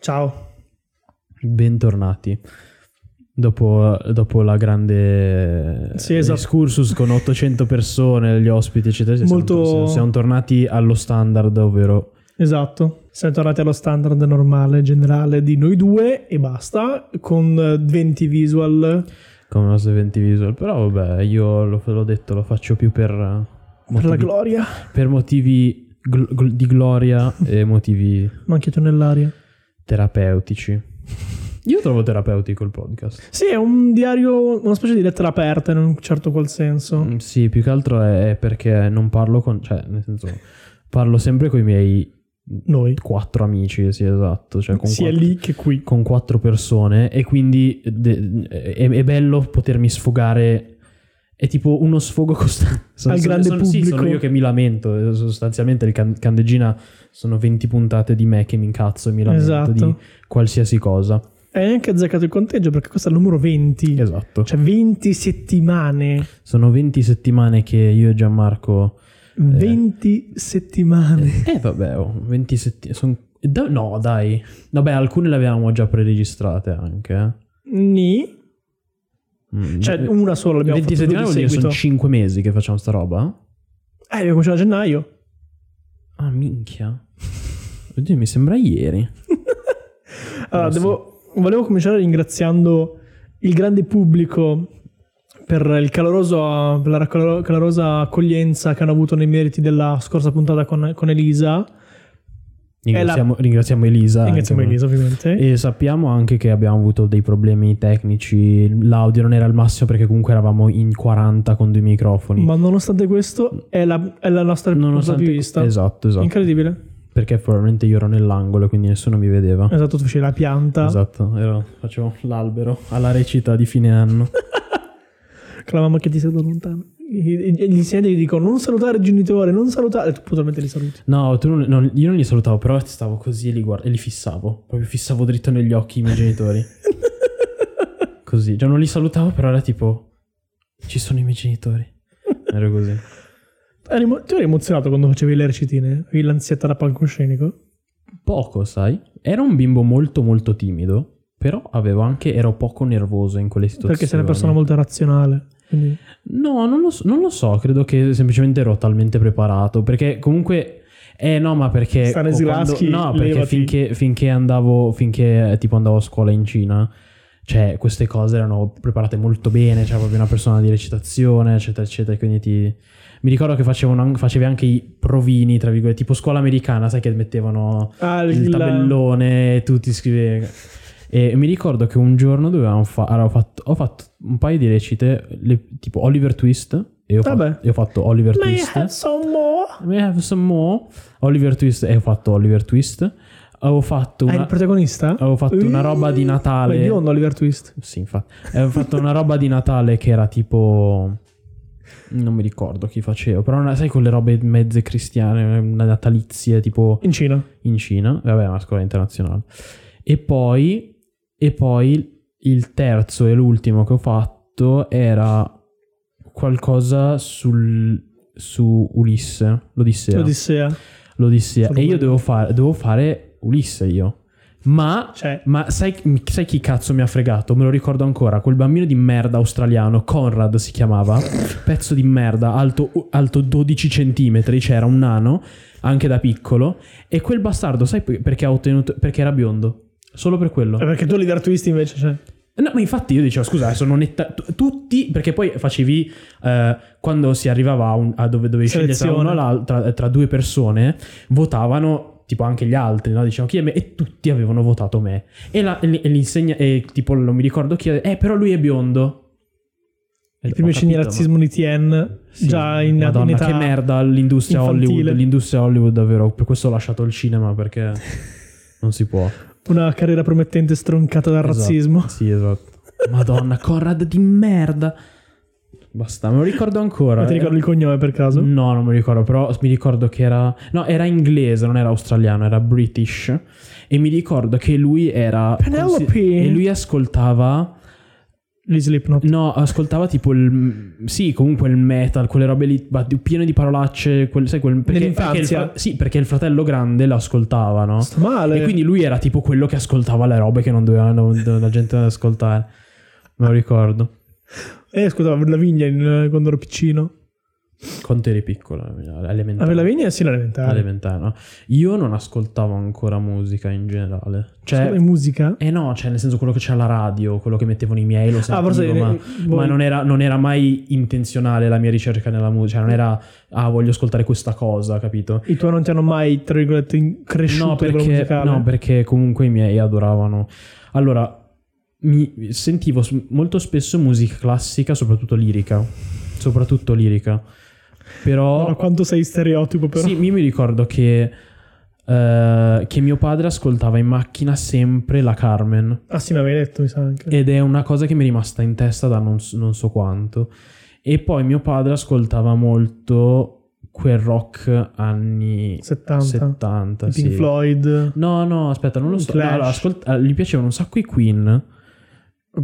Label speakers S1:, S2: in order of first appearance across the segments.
S1: Ciao.
S2: Bentornati. Dopo, dopo la grande
S1: Sì, esatto.
S2: excursus con 800 persone, gli ospiti, eccetera, siamo-
S1: Molto-
S2: siamo, tornati allo standard, ovvero
S1: Esatto. Siamo tornati allo standard normale, generale di noi due e basta, con eh, 20 visual
S2: con i nostri 20 visual. Però vabbè, io lo- l'ho detto, lo faccio più per, eh,
S1: per la
S2: motivi,
S1: gloria.
S2: per motivi gl- gl- di gloria e motivi
S1: Ma anche tu nell'aria.
S2: terapeutici. Io trovo terapeutico il podcast.
S1: Sì, è un diario, una specie di lettera aperta in un certo qual senso.
S2: Mm, Sì, più che altro è è perché non parlo con... cioè, nel senso, parlo sempre con i miei
S1: Noi.
S2: quattro amici, sì, esatto. Cioè con,
S1: Sia
S2: quattro,
S1: lì che qui.
S2: con quattro persone e quindi de- è, è bello potermi sfogare. È tipo uno sfogo costante.
S1: Al grande
S2: sì, sono
S1: pubblico.
S2: io che mi lamento. eh, Sostanzialmente il can- Candeggina sono 20 puntate di me che mi incazzo e mi lamento di
S1: Esatto.
S2: qualsiasi cosa.
S1: Hai anche azzeccato il conteggio perché questo è il numero 20.
S2: Esatto.
S1: Cioè 20 settimane.
S2: sono 20 settimane che io e Gianmarco...
S1: 20 settimane.
S2: Eh vabbè, oh, 20 settimane... no, dai. Vabbè, alcune le avevamo già preregistrate anche. eh.
S1: Ni.
S2: Mm,
S1: Cioè una sola l'abbiamo
S2: 20
S1: fatto due
S2: settimane
S1: di
S2: vuol dire
S1: seguito.
S2: sono 5 mesi che facciamo sta roba?
S1: Eh, abbiamo cominciato a gennaio.
S2: Ah, minchia. Oddio, mi sembra ieri.
S1: Allora,
S2: Eh, sì.
S1: Ah, devo- volevo cominciare ringraziando il grande pubblico per il caloroso, per la raccolo- calorosa accoglienza che hanno avuto nei meriti della scorsa puntata con, con Elisa.
S2: Ah, Ringraziamo, ringraziamo Elisa.
S1: Ringraziamo
S2: anche,
S1: Elisa, ovviamente.
S2: ma- E sappiamo anche che abbiamo avuto dei problemi tecnici. L'audio non era al massimo perché comunque eravamo in 40 con due microfoni.
S1: Ma nonostante questo, è la, è la nostra puntata più vista.
S2: Esatto, esatto.
S1: Incredibile.
S2: Perché probabilmente io ero nell'angolo, quindi nessuno mi vedeva.
S1: Esatto, tu facevi la pianta,
S2: Esatto, ero- facevo l'albero alla recita di fine anno.
S1: clamavamo che ti saluta lontano. E- e- e Gli insegnanti gli dicono non salutare il genitore, non salutare. E tu puntualmente li saluti.
S2: No, tu non- non- io non li salutavo, però stavo così e li, guard- e li fissavo. Proprio fissavo dritto negli occhi i miei genitori. così. Cioè, non li salutavo, però era tipo... Ci sono i miei genitori. Ero così.
S1: Eri emo- tu eri emozionato quando facevi le recitine? Avevi l'ansietta da palcoscenico?
S2: Poco, sai? Ero un bimbo molto, molto timido. Però avevo anche... Ero poco nervoso in quelle situazioni.
S1: Perché sei una persona molto razionale. Quindi...
S2: No, non lo, so, non lo so. Credo che semplicemente ero talmente preparato. Perché comunque... Eh no, ma perché...
S1: Stanislavski,
S2: no, perché
S1: levati.
S2: finché, finché andavo... Finché eh, tipo andavo a scuola in Cina... Cioè, queste cose erano preparate molto bene, c'era proprio una persona di recitazione, eccetera, eccetera, quindi ti... Mi ricordo che facevano an- facevi anche i provini, tra virgolette, tipo scuola americana, sai che mettevano
S1: Ah,
S2: il
S1: la-
S2: tabellone, tu ti scrivevi. E mi ricordo che un giorno dovevamo fa- allora, ho, fatto, ho fatto un paio di recite, le- tipo Oliver Twist, e ho, fa-
S1: Vabbè.
S2: e ho fatto Oliver
S1: Ah, May I
S2: Twist.
S1: have some more?
S2: May I have some more? Oliver Twist, e ho fatto Oliver Twist. Avevo fatto
S1: Ah,
S2: una,
S1: il protagonista?
S2: avevo fatto una roba di Natale.
S1: Beh, biondo Oliver Twist.
S2: Sì, infatti. Avevo fatto una roba di Natale che era tipo... Non mi ricordo chi facevo, però una- sai quelle robe mezze cristiane, natalizie, tipo
S1: In Cina.
S2: in Cina, vabbè, è una scuola internazionale. E poi, e poi il terzo e l'ultimo che ho fatto era qualcosa sul, su Ulisse, l'Odissea.
S1: L'Odissea.
S2: L'Odissea.
S1: Sul
S2: E io
S1: Google.
S2: devo fare, devo fare Ulisse io. Ma,
S1: Cioè,
S2: ma sai, sai chi cazzo mi ha fregato? Me lo ricordo ancora. Quel bambino di merda australiano, Conrad si chiamava, pezzo di merda, alto, alto 12 centimetri, c'era un nano, anche da piccolo. E quel bastardo, sai pe- perché ha ottenuto? Perché era biondo. Solo per quello.
S1: perché tu Oliver Twist invece, cioè...
S2: No, ma infatti io dicevo, scusa, sono netta... t- Tutti, perché poi facevi... eh, quando si arrivava a, un- a dove dovevi scegliere tra,
S1: Selezione.
S2: uno e l'al- tra- tra due persone, votavano tipo anche gli altri, no? Dicevano chi è me e tutti avevano votato me. E, la, e l- e l'insegna... E tipo, non mi ricordo chi... ha detto, Eh, però lui è biondo. Eh,
S1: I primi
S2: Ho
S1: cenni di
S2: capito, ma-
S1: razzismo di Tien,
S2: sì,
S1: già in,
S2: Madonna,
S1: in età...
S2: che merda l'industria
S1: infantile.
S2: Hollywood. L'industria Hollywood, davvero. Per questo ho lasciato il cinema, perché non si può.
S1: Una carriera promettente stroncata dal
S2: Esatto,
S1: razzismo.
S2: Sì, esatto. Madonna, Conrad di merda. Basta, me lo ricordo ancora.
S1: Ma ti ricordi il cognome per caso?
S2: No, non me lo ricordo, però mi ricordo che era... No, era inglese, non era australiano, era british. E mi ricordo che lui era...
S1: Penelope!
S2: E lui ascoltava
S1: Gli Slipknot.
S2: No, ascoltava tipo il. Sì, comunque il metal, quelle robe lì, ma di- piene di parolacce. quel- sai, quel, perché, perché il,
S1: Nell'infanzia?
S2: fra- sì, perché il fratello grande lo ascoltava, no?
S1: Sto male.
S2: E quindi lui era tipo quello che ascoltava le robe che non dovevano la gente ascoltare. Me lo ricordo.
S1: Eh, scusa, avevo la vigna in- eh, quando ero piccino.
S2: Quando eri piccolo, elementare.
S1: Avevo la vigna? Sì, l'elementare.
S2: Elementare, no? Io non ascoltavo ancora musica in generale. Cioè,
S1: Cioè, musica?
S2: eh no, cioè nel senso quello che c'è alla radio, quello che mettevano i miei, lo sentivo,
S1: Ah, forse...
S2: certo, ma...
S1: boh,
S2: Ma non era, non era mai intenzionale la mia ricerca nella musica, non era ah voglio ascoltare questa cosa, capito?
S1: I tuoi non ti hanno mai, tra virgolette, in- cresciuto
S2: No
S1: a livello
S2: perché,
S1: musicale?
S2: no, perché comunque i miei adoravano. Allora, mi sentivo s- molto spesso musica classica, soprattutto lirica, soprattutto lirica. Però
S1: Guarda quanto sei stereotipo però.
S2: sì, io mi ricordo che, eh, che mio padre ascoltava in macchina sempre la Carmen.
S1: Ah sì, mi avevi detto, mi sa anche.
S2: Ed è una cosa che mi è rimasta in testa da non, s- non so quanto. E poi mio padre ascoltava molto quel rock anni
S1: 70.
S2: 70.
S1: I Pink
S2: sì.
S1: Floyd.
S2: No, no, aspetta, non lo
S1: I
S2: so.
S1: Clash.
S2: No, allora, ascolt- ah, gli piacevano un sacco i Queen.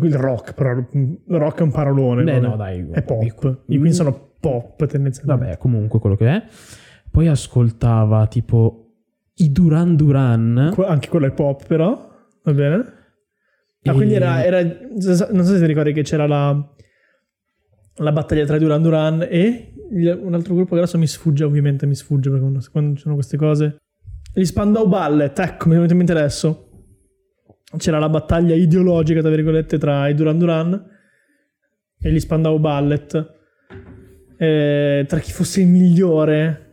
S1: Il rock, però. Il rock è un parolone.
S2: Beh,
S1: vabbè.
S2: no, dai.
S1: È
S2: i
S1: pop.
S2: Queen-
S1: I Queen sono pop tendenzialmente.
S2: Vabbè, comunque quello che è. Poi ascoltava tipo i Duran Duran.
S1: Que- anche quello è pop, però. Va bene. Ah,
S2: E-
S1: quindi era, era- Non so se ti ricordi che c'era la. La battaglia tra Duran Duran e il- un altro gruppo che adesso mi sfugge, ovviamente mi sfugge perché quando, quando ci sono queste cose. Gli Spandau Ballet, ecco, mi è venuto in mente adesso. C'era la battaglia ideologica, tra virgolette, tra i Duran Duran e gli Spandau Ballet. Eh, tra chi fosse il migliore.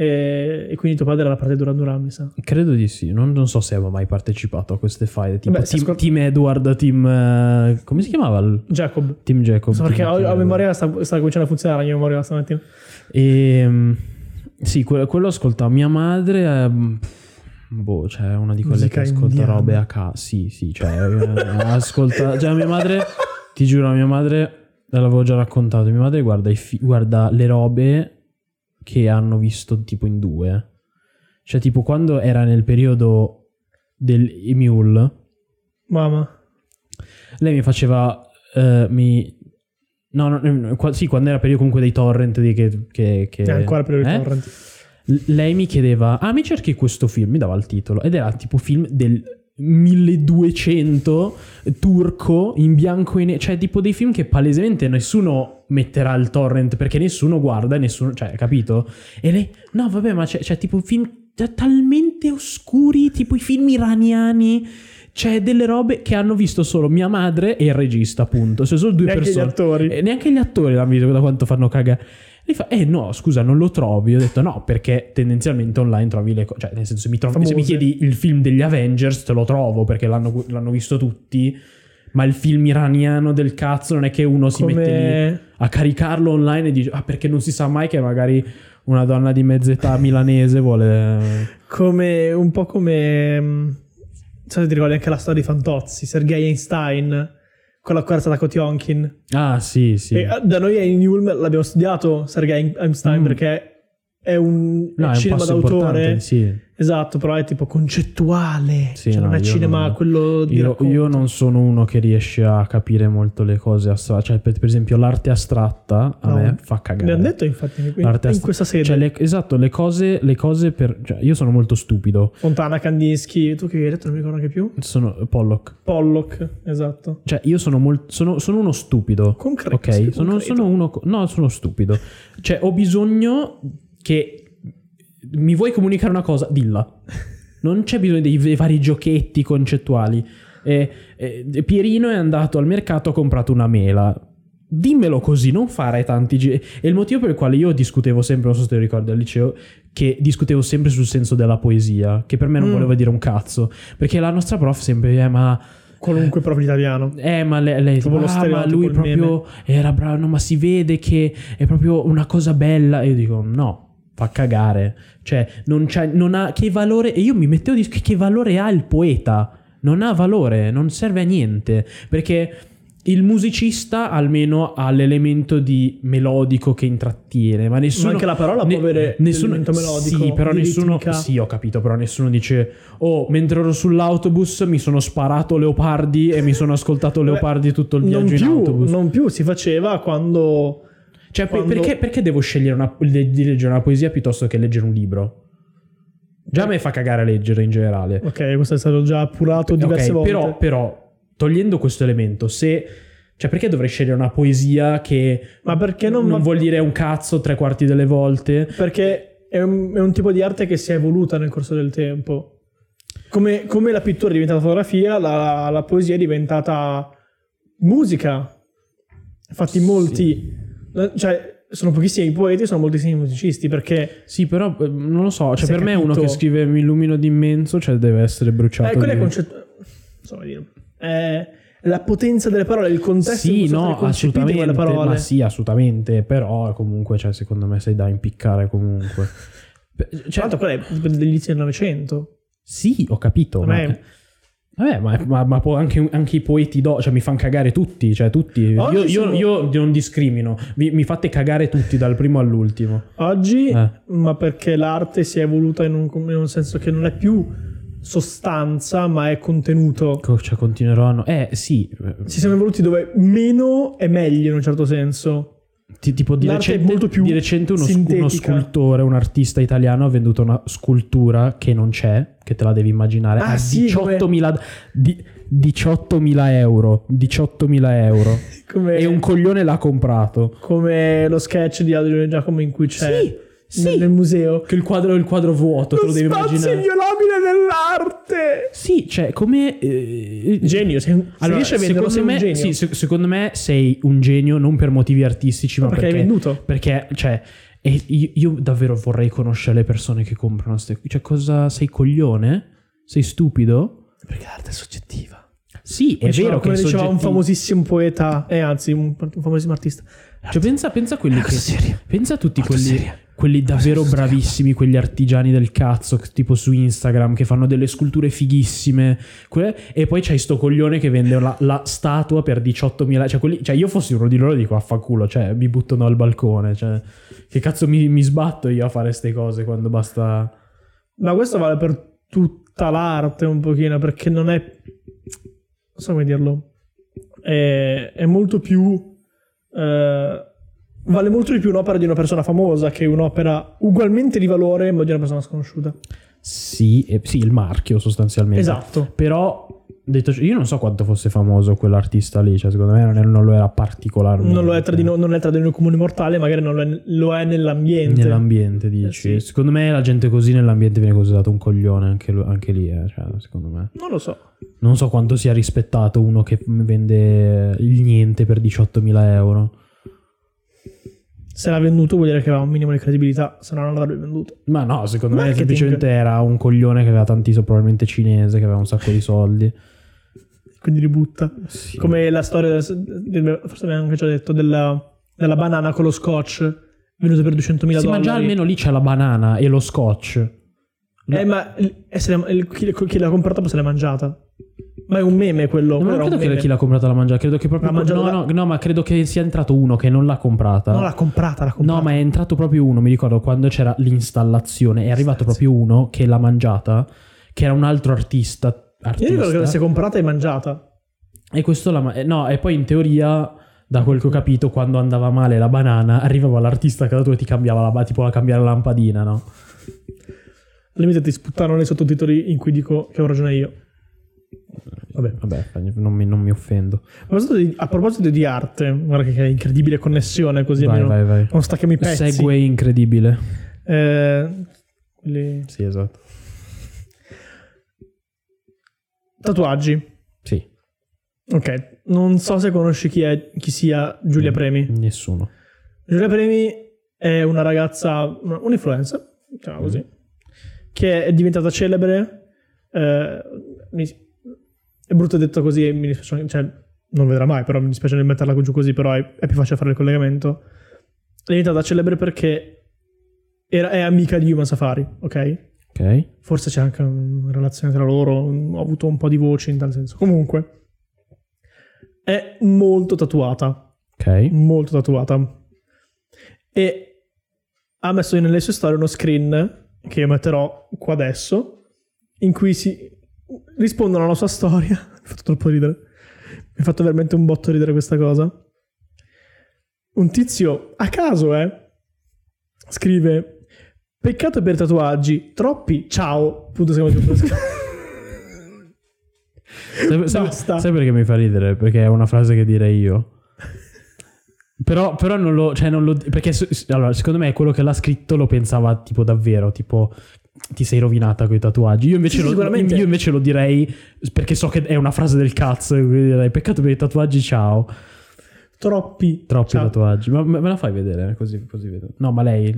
S1: Eh, e quindi tuo padre era la parte di Duran Duran, mi sa.
S2: Credo di sì, non, non so se avevo mai partecipato a queste fight. Tipo
S1: Beh, se
S2: team,
S1: ascol-
S2: team Edward, team. eh, come si chiamava? il-
S1: Jacob.
S2: Team Jacob.
S1: So perché
S2: team-
S1: ho-
S2: team
S1: a
S2: Edward.
S1: memoria sta, sta cominciando a funzionare la mia memoria stamattina.
S2: E, mm, sì, que- quello, ascoltavo. Mia madre è. mm, Boh, cioè, una di quelle
S1: Musica
S2: che ascolta
S1: indiana.
S2: robe a caso. Sì, sì, cioè, eh, ascolta. Cioè, mia madre, ti giuro, mia madre, l'avevo già raccontato. Mia madre guarda, i fi- guarda le robe che hanno visto tipo in due. Cioè, tipo, quando era nel periodo del Emule,
S1: Mamma.
S2: lei mi faceva. eh, mi... No, no, no, eh, qua- sì, quando era periodo comunque dei torrent di che, che, che-
S1: È ancora per il
S2: eh?
S1: torrent.
S2: L- Lei mi chiedeva, ah mi cerchi questo film, mi dava il titolo, ed era tipo film del 1200 turco in bianco e nero, cioè tipo dei film che palesemente nessuno metterà al torrent perché nessuno guarda, e nessuno, cioè capito? E lei, no vabbè ma c'è, c'è tipo film t- talmente oscuri, tipo i film iraniani, c'è delle robe che hanno visto solo mia madre e il regista appunto, Cioè, sono solo due
S1: Neanche
S2: persone. Eh,
S1: gli attori.
S2: E neanche gli attori l'hanno visto da quanto fanno cagare. E fa, eh no, scusa, non lo trovi. Io ho detto no, perché tendenzialmente online trovi le cose. Cioè, nel senso, se mi, trovi- se mi
S1: Famose.
S2: chiedi il film degli Avengers, te lo trovo perché l'hanno, l'hanno visto tutti. Ma il film iraniano del cazzo non è che uno si mette lì
S1: Come...
S2: a caricarlo online e dice, ah, perché non si sa mai che magari una donna di mezz'età milanese vuole.
S1: come... Un po' come... mm, Non so se ti ricordi anche la storia di Fantozzi, Sergei Einstein, con la corazza da Kotionkin.
S2: Ah, sì, sì.
S1: E, eh, da noi a Newell l'abbiamo studiato Sergei Einstein
S2: Mm.
S1: perché è un
S2: No, è un
S1: cinema
S2: passo
S1: d'autore.
S2: importante, sì.
S1: Esatto, però è tipo concettuale.
S2: Sì,
S1: cioè,
S2: no,
S1: non è
S2: io
S1: cinema
S2: non-
S1: quello di
S2: Io,
S1: racconto.
S2: io non sono uno che riesce a capire molto le cose astratte. Cioè, per, per esempio, l'arte astratta a
S1: No.
S2: me fa cagare.
S1: Ne hanno detto infatti in,
S2: L'arte
S1: in
S2: ast-
S1: questa sede.
S2: Cioè, le- esatto, le cose, le cose per. Cioè, io sono molto stupido.
S1: Fontana, Kandinsky, tu che hai detto non mi ricordo neanche più.
S2: Sono Pollock.
S1: Pollock, esatto.
S2: Cioè, io sono molto. Sono, sono uno stupido.
S1: Concreto.
S2: Ok,
S1: sì,
S2: sono,
S1: concreto.
S2: sono uno. co- No, sono stupido. Cioè, ho bisogno che. Mi vuoi comunicare una cosa? Dilla. Non c'è bisogno dei, dei vari giochetti concettuali. Eh, eh, Pierino è andato al mercato, ha comprato una mela. Dimmelo così, non fare tanti gi- È il motivo per il quale io discutevo sempre, non so se te lo ricordi al liceo, che discutevo sempre sul senso della poesia, che per me non
S1: Mm.
S2: voleva dire un cazzo. Perché la nostra prof sempre, eh, ma
S1: Qualunque proprio italiano.
S2: eh, ma lei, lei
S1: Proprio
S2: tipo,
S1: lo
S2: "Ah, ma
S1: stereotipo,
S2: lui
S1: il
S2: proprio era bravo, no, ma si vede che è proprio una cosa bella. E io dico, no, fa cagare. Cioè, non, c'ha, non ha, che valore, e io mi mettevo di che valore ha il poeta? Non ha valore, non serve a niente. Perché Il musicista almeno ha l'elemento di melodico che intrattiene, ma
S1: Ma
S2: nessuno
S1: anche la parola
S2: Ne-
S1: può avere
S2: nessuno,
S1: un melodico.
S2: Sì, però
S1: di
S2: nessuno.
S1: ritmica.
S2: Sì, ho capito, però nessuno dice: Oh, mentre ero sull'autobus mi sono sparato Leopardi e mi sono ascoltato
S1: Beh,
S2: Leopardi tutto il
S1: non
S2: viaggio in
S1: più,
S2: autobus.
S1: non più si faceva quando
S2: Cioè, per-
S1: quando-
S2: perché, perché devo scegliere una- le- di leggere una poesia piuttosto che leggere un libro? Già a me fa cagare leggere in generale.
S1: Ok, questo è stato già appurato diverse
S2: Ok,
S1: volte.
S2: Però, però, togliendo questo elemento, se. Cioè, perché dovrei scegliere una poesia che
S1: Ma perché non,
S2: non vuol dire un cazzo tre quarti delle volte?
S1: Perché è un, è un tipo di arte che si è evoluta nel corso del tempo. Come, come la pittura è diventata fotografia, la, la poesia è diventata musica. Infatti,
S2: Sì.
S1: molti, cioè, sono pochissimi i poeti, sono moltissimi i musicisti. Perché
S2: Sì, però eh, non lo so. Cioè,
S1: Si è
S2: per me uno
S1: capito.
S2: che scrive Mi illumino d'immenso, cioè deve essere bruciato.
S1: eh, quella è
S2: lì.
S1: concetto. Insomma, dire, è la potenza delle parole, il contesto in cui
S2: Sì,
S1: sono
S2: no,
S1: state concepite quelle
S2: assolutamente. Ma
S1: parole.
S2: sì, assolutamente. Però comunque, cioè, secondo me sei da impiccare comunque. Beh,
S1: Tra
S2: Cioè,
S1: l'altro, quella è dell'inizio del Novecento.
S2: sì, ho capito.
S1: Non è-
S2: Ma... Vabbè, ma, ma- ma po- anche, anche i poeti do, cioè mi fanno cagare tutti, cioè tutti. Io,
S1: Oggi
S2: io-
S1: sono-
S2: io non discrimino, vi- mi fate cagare tutti dal primo all'ultimo.
S1: Oggi,
S2: Eh.
S1: ma perché l'arte si è evoluta in un, in un senso che non è più sostanza, ma è contenuto.
S2: Co- Cioè continueranno. Eh sì,
S1: Ci siamo evoluti dove meno è meglio in un certo senso.
S2: Ti- tipo di
S1: L'arte è
S2: recente,
S1: molto più
S2: di recente uno, scu- uno
S1: sintetica.
S2: scultore, un artista italiano ha venduto una scultura che non c'è, che te la devi immaginare,
S1: Ah,
S2: a
S1: sì,
S2: 18.000, di- 18.000 euro. 18.000 euro.
S1: Come,
S2: e un coglione l'ha comprato.
S1: come lo sketch di Adriano e Giacomo in cui c'è
S2: Sì, sì.
S1: Cioè, nel, nel museo.
S2: Che il quadro è il quadro vuoto, te lo devi immaginare.
S1: inviolabile dell'arte!
S2: Sì, cioè come... eh,
S1: Genio, se, se
S2: Allora,
S1: riesci a venderlo sei
S2: secondo
S1: un
S2: me,
S1: genio.
S2: sì, se- secondo me sei un genio non per motivi artistici, ma,
S1: perché hai venduto.
S2: Perché, cioè, e io, io davvero vorrei conoscere le persone che comprano ste... Cioè, cosa... Sei coglione? Sei stupido?
S1: Perché l'arte è soggettiva.
S2: Sì, è
S1: Diceva-
S2: vero che
S1: come
S2: è
S1: diceva un
S2: soggettivo.
S1: famosissimo poeta, eh, anzi, un, un famosissimo artista.
S2: Cioè, pensa, pensa a quelli
S1: Una cosa
S2: che...
S1: seria.
S2: Pensa a tutti
S1: Molto
S2: quelli...
S1: seria.
S2: Quelli davvero bravissimi, quegli artigiani del cazzo, che- tipo su Instagram, che fanno delle sculture fighissime. que- e poi c'hai sto coglione che vende la, la statua per 18.000. Cioè, quelli- cioè, io fossi uno di loro dico affanculo, cioè, mi buttano al balcone. Cioè, che cazzo mi, mi sbatto io a fare queste cose quando basta.
S1: Ma questo vale per tutta l'arte un pochino, perché non è... Non so come dirlo. È, è molto più... eh, vale molto di più un'opera di una persona famosa che un'opera ugualmente di valore, ma di una persona sconosciuta.
S2: Sì, eh, sì, il marchio sostanzialmente.
S1: Esatto.
S2: Però, detto ciò, io non so quanto fosse famoso quell'artista lì, cioè, secondo me non, è- non lo era particolarmente.
S1: Non lo è tra di, no- non è tra di noi comune mortale, magari non lo è, lo è nell'ambiente.
S2: Nell'ambiente dici?
S1: Eh, sì.
S2: Secondo me la gente così nell'ambiente viene considerato un coglione anche, lu- anche lì, eh, cioè, secondo me.
S1: non lo so.
S2: Non so quanto sia rispettato uno che vende il niente per 18.000 euro.
S1: Se l'ha venduto vuol dire che aveva un minimo di credibilità, se no non l'avrebbe venduto.
S2: Ma no, secondo me
S1: Marketing.
S2: semplicemente era un coglione che aveva tanti, so- probabilmente cinese, che aveva un sacco di soldi.
S1: Quindi ributta.
S2: Sì.
S1: Come la storia, del- forse abbiamo anche già detto, della, della banana con lo scotch venuta per 200.000
S2: Sì, ma
S1: dollari.
S2: già almeno lì c'è la banana e lo scotch.
S1: Eh, ma il- eh, se l'ha- il- chi, chi l'ha comprata poi se l'è mangiata. Ma è un meme quello. quello
S2: No, ma non
S1: era
S2: credo
S1: un
S2: che
S1: meme.
S2: chi l'ha comprata la mangiata, credo che proprio...
S1: L'ha mangiata
S2: no,
S1: la-
S2: no, no, ma credo che sia entrato uno che non l'ha comprata.
S1: No, l'ha comprata, l'ha comprata.
S2: No, ma è entrato proprio uno, mi ricordo quando c'era l'installazione, è arrivato proprio uno che l'ha mangiata, che era un altro artista.
S1: Io ricordo che
S2: artista
S1: l'avesse comprata e mangiata.
S2: E questo l'ha... ma- eh, No, e poi in teoria, da quel che ho capito, quando andava male la banana, arrivava l'artista a casa tua e ti cambiava la... ba- tipo la cambiare la lampadina, no?
S1: Al limite ti sputtano nei sottotitoli in cui dico che ho ragione io. Vabbè.
S2: Vabbè, non mi, non mi offendo.
S1: A proposito di, a proposito di arte, guarda che incredibile connessione così
S2: vai,
S1: almeno
S2: vai, vai.
S1: non stacchiamo i pezzi.
S2: Segue incredibile.
S1: Eh, quelli-
S2: Sì, esatto.
S1: Tatuaggi.
S2: Sì.
S1: Ok, non so se conosci chi, è- chi sia
S2: Mm.
S1: Giulia Premi.
S2: Nessuno.
S1: Giulia Premi è una ragazza, una- un'influencer, diciamo così, che è diventata celebre. eh, mi- è brutto detto così, e mi dispiace, cioè, non vedrà mai, però mi dispiace nel metterla giù così, però è, è più facile fare il collegamento. È diventata celebre perché era- è amica di Human Safari, ok?
S2: Ok.
S1: forse c'è anche una relazione tra loro, ho avuto un po' di voce in tal senso. Comunque, è molto tatuata,
S2: Ok.
S1: molto tatuata. E ha messo nelle sue storie uno screen che io metterò qua adesso, in cui si rispondono alla sua storia. Mi ha fatto troppo ridere. Mi ha fatto veramente un botto ridere questa cosa. Un tizio, a caso, eh, scrive: Peccato per i tatuaggi, troppi, ciao. Punto secondo
S2: Sai, sai-
S1: Basta.
S2: sai perché mi fa ridere? Perché è una frase che direi io. Però, però non lo. Cioè non lo perché se- se- allora, secondo me quello che l'ha scritto lo pensava tipo davvero, tipo ti sei rovinata con i tatuaggi. Io invece,
S1: Sì,
S2: lo,
S1: sicuramente.
S2: io invece lo direi perché so che è una frase del cazzo. e Quindi direi peccato per i tatuaggi, ciao.
S1: troppi.
S2: Troppi
S1: ciao.
S2: tatuaggi. Ma me me la fai vedere? Così, così vedo. No, ma lei.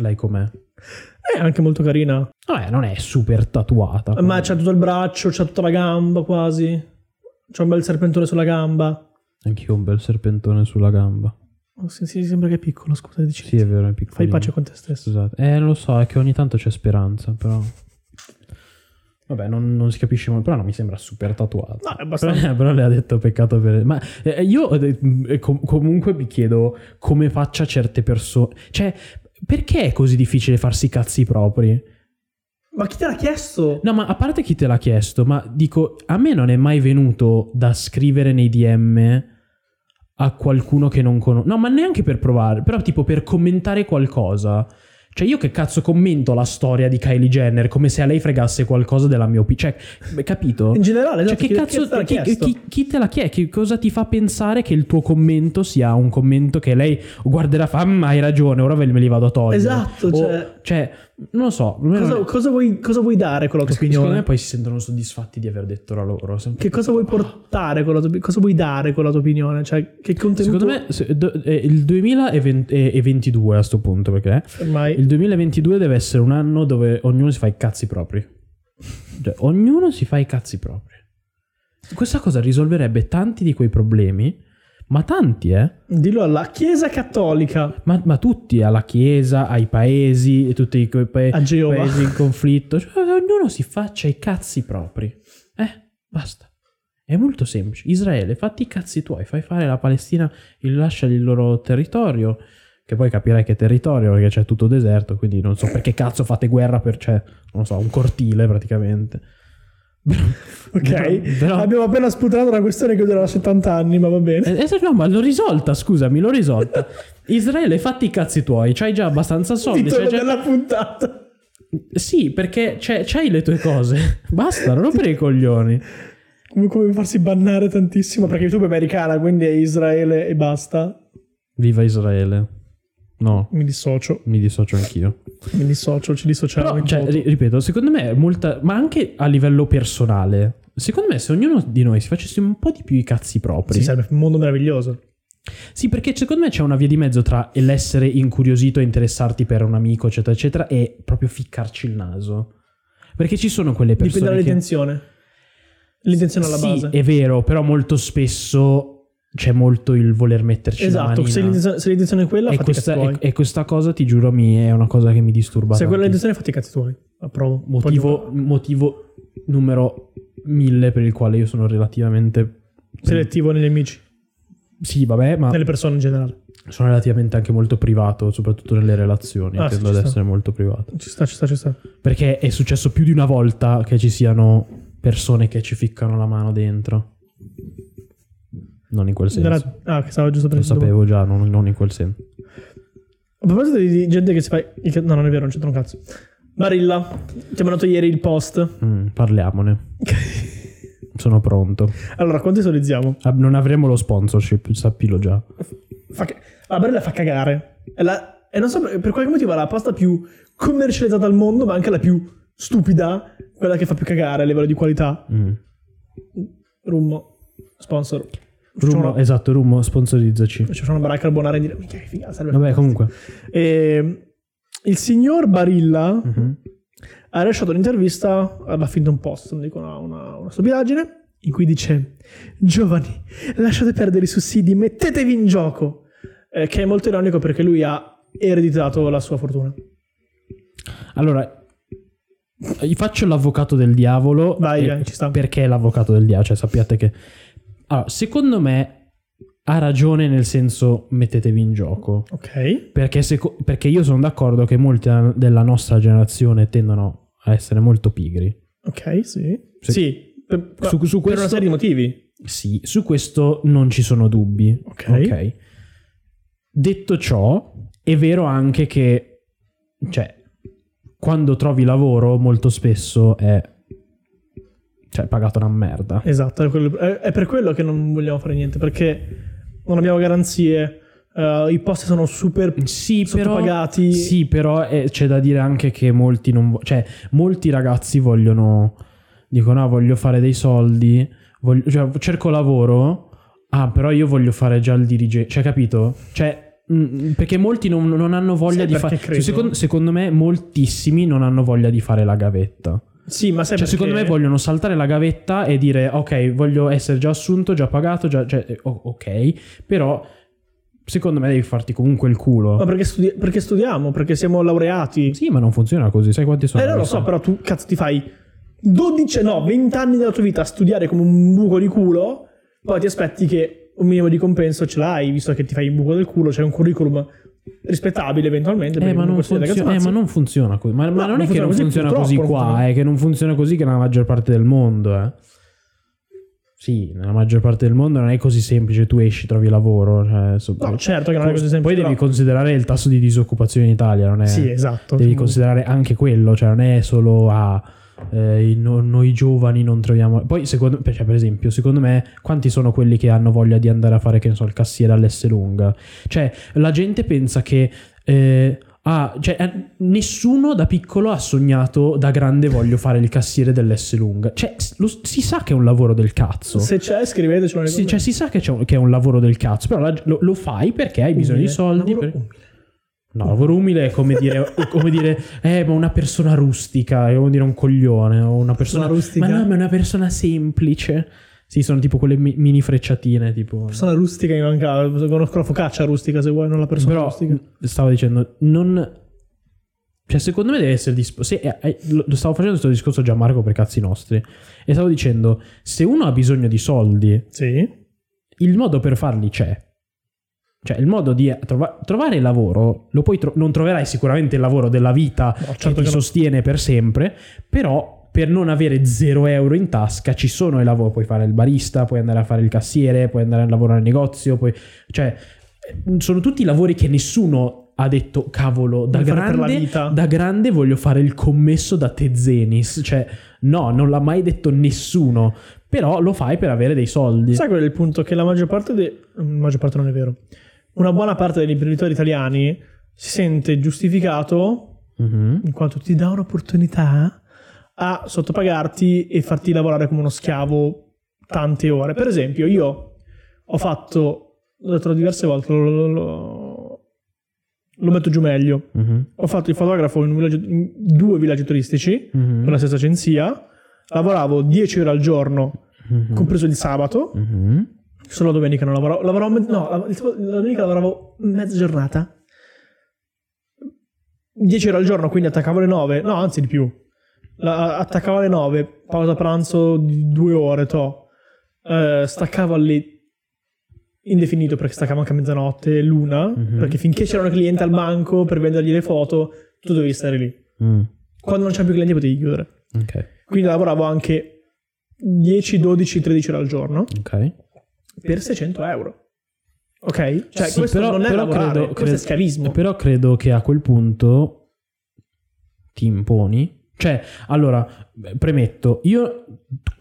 S2: Lei com'è?
S1: È anche molto carina.
S2: Vabbè, non è super tatuata.
S1: Ma c'ha tutto il braccio, c'ha tutta la gamba quasi. C'ha un bel serpentone sulla gamba.
S2: Anch'io ho un bel serpentone sulla gamba.
S1: Oh, sì, sì, sembra che è piccolo, scusa, dici.
S2: Sì, è vero, è piccolino.
S1: Fai pace con te stesso.
S2: Scusate. Eh, non lo so, è che ogni tanto c'è speranza, però... Vabbè, non, non si capisce molto, però non mi sembra super tatuato.
S1: No, è abbastanza.
S2: però le ha detto peccato per... Ma eh, io eh, eh, com- comunque mi chiedo come faccia certe persone... Cioè, perché è così difficile farsi i cazzi propri?
S1: Ma chi te l'ha chiesto?
S2: No, ma a parte chi te l'ha chiesto, ma dico, a me non è mai venuto da scrivere nei DM a qualcuno che non conosco. No, ma neanche per provare, però tipo per commentare qualcosa. Cioè, io che cazzo commento la storia di Kylie Jenner come se a lei fregasse qualcosa della mia opinione. Cioè, capito?
S1: In generale,
S2: Cioè,
S1: esatto,
S2: che
S1: chi-
S2: cazzo
S1: chi te l'ha
S2: chi,
S1: chiesto?
S2: chi- chi te la chiede? Che cosa ti fa pensare che il tuo commento sia un commento che lei guarderà e fa, "Mm, hai ragione, ora ve- me li vado a togliere.
S1: Esatto,
S2: O-
S1: cioè-
S2: cioè, non lo so. per me non
S1: Cosa,
S2: è-
S1: cosa vuoi, cosa vuoi dare con la tua
S2: Secondo me
S1: opinione?
S2: poi si sentono soddisfatti di aver detto la loro. Sempre-
S1: Che cosa vuoi portare con la tua Cosa vuoi dare con la tua opinione? Cioè, che contenuto
S2: Secondo me se- do- eh, il 2022 a sto punto, perché
S1: ormai.
S2: il 2022 deve essere un anno dove ognuno si fa i cazzi propri. Cioè, ognuno si fa i cazzi propri. Questa cosa risolverebbe tanti di quei problemi, ma tanti, eh?
S1: Dillo alla Chiesa Cattolica,
S2: Ma, ma tutti, alla Chiesa, ai paesi, e tutti i quei pa-
S1: a Geova.
S2: paesi in conflitto. Cioè, ognuno si faccia i cazzi propri. Eh, basta. È molto semplice. Israele, fatti i cazzi tuoi, fai fare la Palestina, il- lasciali il loro territorio. Che poi capirai che territorio, perché c'è tutto deserto, quindi non so perché cazzo fate guerra per c'è, non so, un cortile praticamente.
S1: Ok,
S2: Però-
S1: abbiamo appena sputanato una questione che durava 70 anni, ma va bene.
S2: Eh, eh, no, ma l'ho risolta, scusami, l'ho risolta. Israele, fatti i cazzi tuoi, c'hai già abbastanza soldi.
S1: Titolo
S2: c'hai già-
S1: della puntata.
S2: Sì, perché c'è- c'hai le tue cose. Basta, non rompere i coglioni.
S1: Come, come farsi bannare tantissimo perché YouTube è americana, quindi è Israele e basta.
S2: Viva Israele. No,
S1: Mi dissocio,
S2: mi dissocio anch'io.
S1: mi dissocio, ci dissociamo.
S2: Però,
S1: in
S2: cioè,
S1: toto.
S2: ri- ripeto, secondo me è molta... Ma anche a livello personale. Secondo me se ognuno di noi si facesse un po' di più i cazzi propri...
S1: Sì, sarebbe un mondo meraviglioso.
S2: Sì, perché secondo me c'è una via di mezzo tra l'essere incuriosito e interessarti per un amico, eccetera, eccetera, e proprio ficcarci il naso. Perché ci sono quelle persone
S1: Dipende
S2: che...
S1: dall'intenzione. L'intenzione alla
S2: sì,
S1: base.
S2: è vero, però molto spesso c'è molto il voler metterci la
S1: Esatto, se
S2: manina.
S1: l'intenzione, se l'intenzione è quella,
S2: E
S1: fatti
S2: questa,
S1: i cazzi tuoi.
S2: e- e questa cosa, ti giuro, mi è una cosa che mi disturba.
S1: se quella è
S2: tanto.
S1: l'intenzione, fatti i cazzi tuoi. Approvo.
S2: motivo, motivo numero mille per il quale io sono relativamente...
S1: Poi- Selettivo negli amici,
S2: Sì, vabbè, ma
S1: nelle persone in generale.
S2: sono relativamente anche molto privato, soprattutto nelle relazioni.
S1: Ah, sì,
S2: tendo
S1: ci
S2: ad
S1: sta.
S2: essere molto privato.
S1: Ci sta, ci sta, ci sta.
S2: Perché è successo più di una volta che ci siano persone che ci ficcano la mano dentro. Non in quel senso.
S1: Nella- Ah, che stavo giusto
S2: Lo
S1: prendendo.
S2: sapevo già, non, non in quel senso.
S1: A proposito di- di gente che si fa... i ca- No, non è vero, non c'entra un cazzo. Barilla, ti ho mandato ieri il post.
S2: Mm, parliamone. Sono pronto.
S1: Allora, contestualizziamo.
S2: Ah, Non avremo lo sponsorship, sappilo già.
S1: Fa ca- la Barilla fa cagare. È la- e non so per, per qualche motivo è la pasta più commercializzata al mondo, ma anche la più stupida, quella che fa più cagare a livello di qualità.
S2: Mm.
S1: Rummo, sponsor. Ci
S2: Rummo,
S1: facciamo una-
S2: esatto, Rummo, sponsorizzaci.
S1: ci facciamo una baracca carbonara e dire, minchia che figata, serve.
S2: Vabbè, comunque.
S1: E, il signor Barilla
S2: Mhm.
S1: ha rilasciato un'intervista alla fine di un post, non dico una, una, una stupidaggine, in cui dice: Giovani, lasciate perdere i sussidi, mettetevi in gioco. Eh, che è molto ironico perché lui ha ereditato la sua fortuna.
S2: Allora, gli faccio l'avvocato del diavolo.
S1: Vai,
S2: eh,
S1: vai, ci sta.
S2: Perché l'avvocato del diavolo? Cioè, sappiate che Allora, secondo me ha ragione nel senso mettetevi in gioco.
S1: Ok.
S2: Perché, seco- perché io sono d'accordo che molti della nostra generazione tendono a essere molto pigri.
S1: Ok, sì.
S2: Sì.
S1: Sì. Per,
S2: Su- su
S1: per
S2: questo-
S1: una serie di motivi.
S2: Sì, su questo non ci sono dubbi.
S1: Ok.
S2: ok. Detto ciò, è vero anche che, cioè, quando trovi lavoro molto spesso è, cioè, pagato una merda.
S1: Esatto, è, quello- è- è per quello che non vogliamo fare niente, perché non abbiamo garanzie, eh, i posti sono super
S2: Sì, però...
S1: sottopagati.
S2: Sì, però eh, c'è da dire anche che molti non vo- cioè, molti ragazzi vogliono dicono "Ah, voglio fare dei soldi, voglio- cioè, cerco lavoro, ah, però io voglio fare già il dirigente", cioè, capito? Cioè, mm, perché molti non, non hanno voglia
S1: Sai
S2: di
S1: perché
S2: fare
S1: credo?
S2: secondo, secondo me moltissimi non hanno voglia di fare la gavetta.
S1: Sì, ma sai
S2: Cioè,
S1: Eh, perché-
S2: secondo me vogliono saltare la gavetta e dire ok, voglio essere già assunto, già pagato, già cioè, eh, o- ok, però secondo me devi farti comunque il culo.
S1: Ma perché, studi- perché studiamo? Perché siamo laureati?
S2: Sì, ma non funziona così, sai quanti sono?
S1: eh, no, lo
S2: questa?
S1: so, però tu, cazzo, ti fai 12, no, 20 anni della tua vita a studiare come un buco di culo, poi ti aspetti che un minimo di compenso ce l'hai, visto che ti fai il buco del culo, c'è un curriculum rispettabile eventualmente.
S2: Eh
S1: perché
S2: ma, non
S1: comunque sei
S2: funziona-
S1: ragazzo,
S2: eh, ma non funziona così. Ma, ma
S1: No,
S2: non
S1: non
S2: è che
S1: funziona
S2: non
S1: così,
S2: funziona
S1: purtroppo
S2: così
S1: non
S2: qua,
S1: funziona.
S2: è che non funziona così che nella maggior parte del mondo, eh. Sì, nella maggior parte del mondo non è così semplice, tu esci, trovi lavoro. cioè, so-
S1: No, certo che non è così semplice.
S2: Poi devi
S1: però-
S2: considerare il tasso di disoccupazione in Italia, non è...
S1: Sì, esatto.
S2: Devi
S1: Sì.
S2: considerare anche quello, cioè non è solo a eh, noi giovani non troviamo. Poi, secondo, cioè, per esempio, secondo me, quanti sono quelli che hanno voglia di andare a fare, che ne so, il cassiere all'S lunga? Cioè, la gente pensa che. eh, ah, cioè, eh, nessuno da piccolo ha sognato da grande voglio fare il cassiere dell'S lunga. Cioè, s- lo- si sa che è un lavoro del cazzo.
S1: Se c'è, scrivetecelo nei
S2: Sì, cioè, si sa che, c'è un- che è un lavoro del cazzo, però la- lo, lo fai perché hai bisogno di
S1: Umile.
S2: soldi.
S1: eh. Lavoro
S2: per- No, lavoro umile è come dire, come dire eh, ma una persona rustica, è come dire un coglione, o una persona
S1: rustica?
S2: Ma no, ma è una persona semplice. Sì, sono tipo quelle mi- mini frecciatine, tipo.
S1: Persona rustica mi mancava. Conosco la focaccia rustica se vuoi, non la persona
S2: Però
S1: rustica.
S2: stavo dicendo, non. Cioè, secondo me deve essere disposto. eh, lo lo stavo facendo questo discorso a Gianmarco per cazzi nostri. E stavo dicendo, se uno ha bisogno di soldi,
S1: Sì.
S2: il modo per farli c'è. Cioè, il modo di trova- trovare lavoro, lo puoi tro- non troverai sicuramente il lavoro della vita
S1: No,
S2: che
S1: certo
S2: Cioè, ti
S1: che no.
S2: sostiene per sempre, però per non avere 0 euro in tasca ci sono i lavori, puoi fare il barista, puoi andare a fare il cassiere, puoi andare a lavorare al negozio, puoi... cioè eh, sono tutti lavori che nessuno ha detto cavolo, da
S1: Voglio fare per la
S2: grande,
S1: vita."
S2: da grande voglio fare il commesso da Tezenis, cioè no, non l'ha mai detto nessuno, però lo fai per avere dei soldi.
S1: Sai qual è il punto? Che la maggior parte de- la maggior parte non è vero. Una buona parte degli imprenditori italiani si sente giustificato
S2: Mhm.
S1: in quanto ti dà un'opportunità a sottopagarti e farti lavorare come uno schiavo tante ore. Per esempio, io ho fatto, l'ho detto diverse volte, lo- lo- lo- lo metto giù meglio.
S2: Mhm.
S1: Ho fatto il fotografo in, un villaggio- in due villaggi turistici
S2: Mhm.
S1: con la stessa agenzia. Lavoravo 10 ore al giorno,
S2: Mhm.
S1: compreso il sabato.
S2: Mhm.
S1: Solo la domenica non lavoravo. lavoravo me- no, la, il sabato- la domenica lavoravo mezza giornata. 10 ore al giorno, quindi attaccavo alle 9. No, anzi di più. La- attaccavo alle 9, pausa pranzo di due ore, to. Eh, staccavo alle indefinito perché staccavo anche a mezzanotte, l'una,
S2: Mhm.
S1: perché finché c'era un cliente al banco per vendergli le foto, tu dovevi stare lì.
S2: Mm.
S1: Quando non c'è più clienti potevi chiudere.
S2: Ok,
S1: Quindi lavoravo anche 10, 12, 13 ore al giorno
S2: ok.
S1: per 600 euro. Ok? Cioè,
S2: Sì,
S1: questo
S2: però-
S1: non è
S2: però
S1: lavorare,
S2: credo-
S1: questo
S2: credo-
S1: è schiavismo.
S2: Però credo che a quel punto ti imponi. Cioè, allora, beh, premetto, io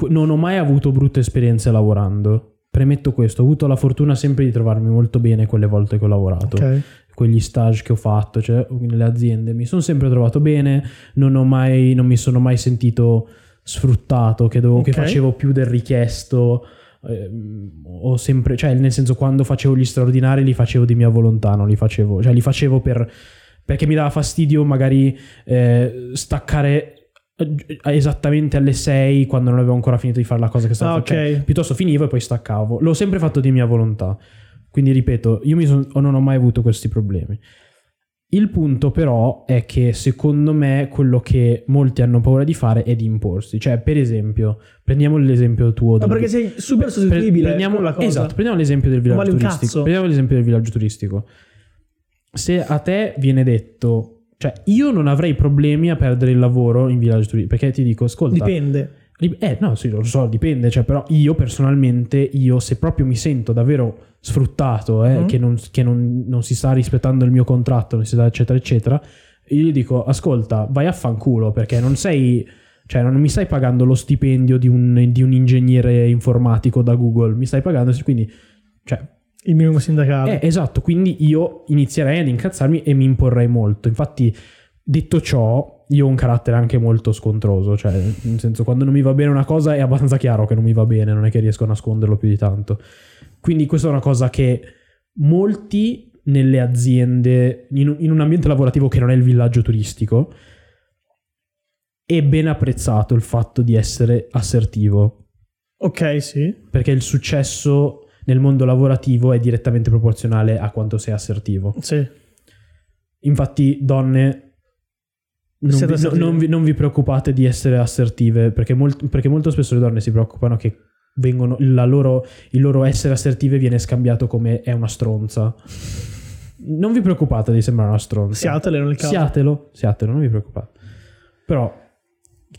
S2: non ho mai avuto brutte esperienze lavorando. Premetto questo, ho avuto la fortuna sempre di trovarmi molto bene quelle volte che ho lavorato.
S1: Ok.
S2: quegli stage che ho fatto, cioè nelle aziende, mi sono sempre trovato bene, non, ho mai, non mi sono mai sentito sfruttato, che, dovevo, che
S1: Ok.
S2: facevo più del richiesto. ehm, Ho sempre, cioè, nel senso, quando facevo gli straordinari li facevo di mia volontà, non li facevo, cioè, li facevo per perché mi dava fastidio magari eh, staccare eh, esattamente alle 6 quando non avevo ancora finito di fare la cosa che
S1: Ah,
S2: stavo facendo
S1: ok.
S2: piuttosto finivo e poi staccavo. L'ho sempre fatto di mia volontà. Quindi ripeto, io mi son- non ho mai avuto questi problemi. Il punto però è che secondo me quello che molti hanno paura di fare è di imporsi. Cioè, per esempio, prendiamo l'esempio tuo.
S1: Ma
S2: del-
S1: perché sei super
S2: Pre-
S1: sostituibile
S2: prendiamo,
S1: con la cosa.
S2: Esatto, prendiamo l'esempio del
S1: Non
S2: villaggio
S1: vale un
S2: turistico.
S1: cazzo.
S2: Prendiamo l'esempio del villaggio turistico. Se a te viene detto, cioè io non avrei problemi a perdere il lavoro in villaggio turistico, perché ti dico, ascolta,
S1: Dipende.
S2: Dip- Eh no, sì, lo so, dipende, cioè, però io personalmente, io se proprio mi sento davvero sfruttato, eh,
S1: Mm.
S2: che, non, che non- non si sta rispettando il mio contratto, non si sta eccetera eccetera, io gli dico, ascolta, vai a fanculo perché non sei, cioè non mi stai pagando lo stipendio di un, di un ingegnere informatico da Google, mi stai pagando, quindi, cioè,
S1: Il minimo sindacale.
S2: eh, esatto, quindi io inizierei ad incazzarmi e mi imporrei molto. Infatti, detto ciò, io ho un carattere anche molto scontroso, cioè, nel senso, quando non mi va bene una cosa è abbastanza chiaro che non mi va bene, non è che riesco a nasconderlo più di tanto. Quindi questa è una cosa che molti nelle aziende, in, un- in un ambiente lavorativo che non è il villaggio turistico, è ben apprezzato il fatto di essere assertivo
S1: Ok, sì.
S2: perché il successo nel mondo lavorativo è direttamente proporzionale a quanto sei assertivo.
S1: Sì.
S2: Infatti, donne, non
S1: Siete
S2: vi,
S1: assertive.
S2: non vi- non vi preoccupate di essere assertive, perché, molt- perché molto spesso le donne si preoccupano che vengono, la loro, il loro essere assertive viene scambiato come è una stronza. Non vi preoccupate di sembrare una stronza.
S1: Siatele nel caso.
S2: Siatelo, siatelo, non vi preoccupate. Però,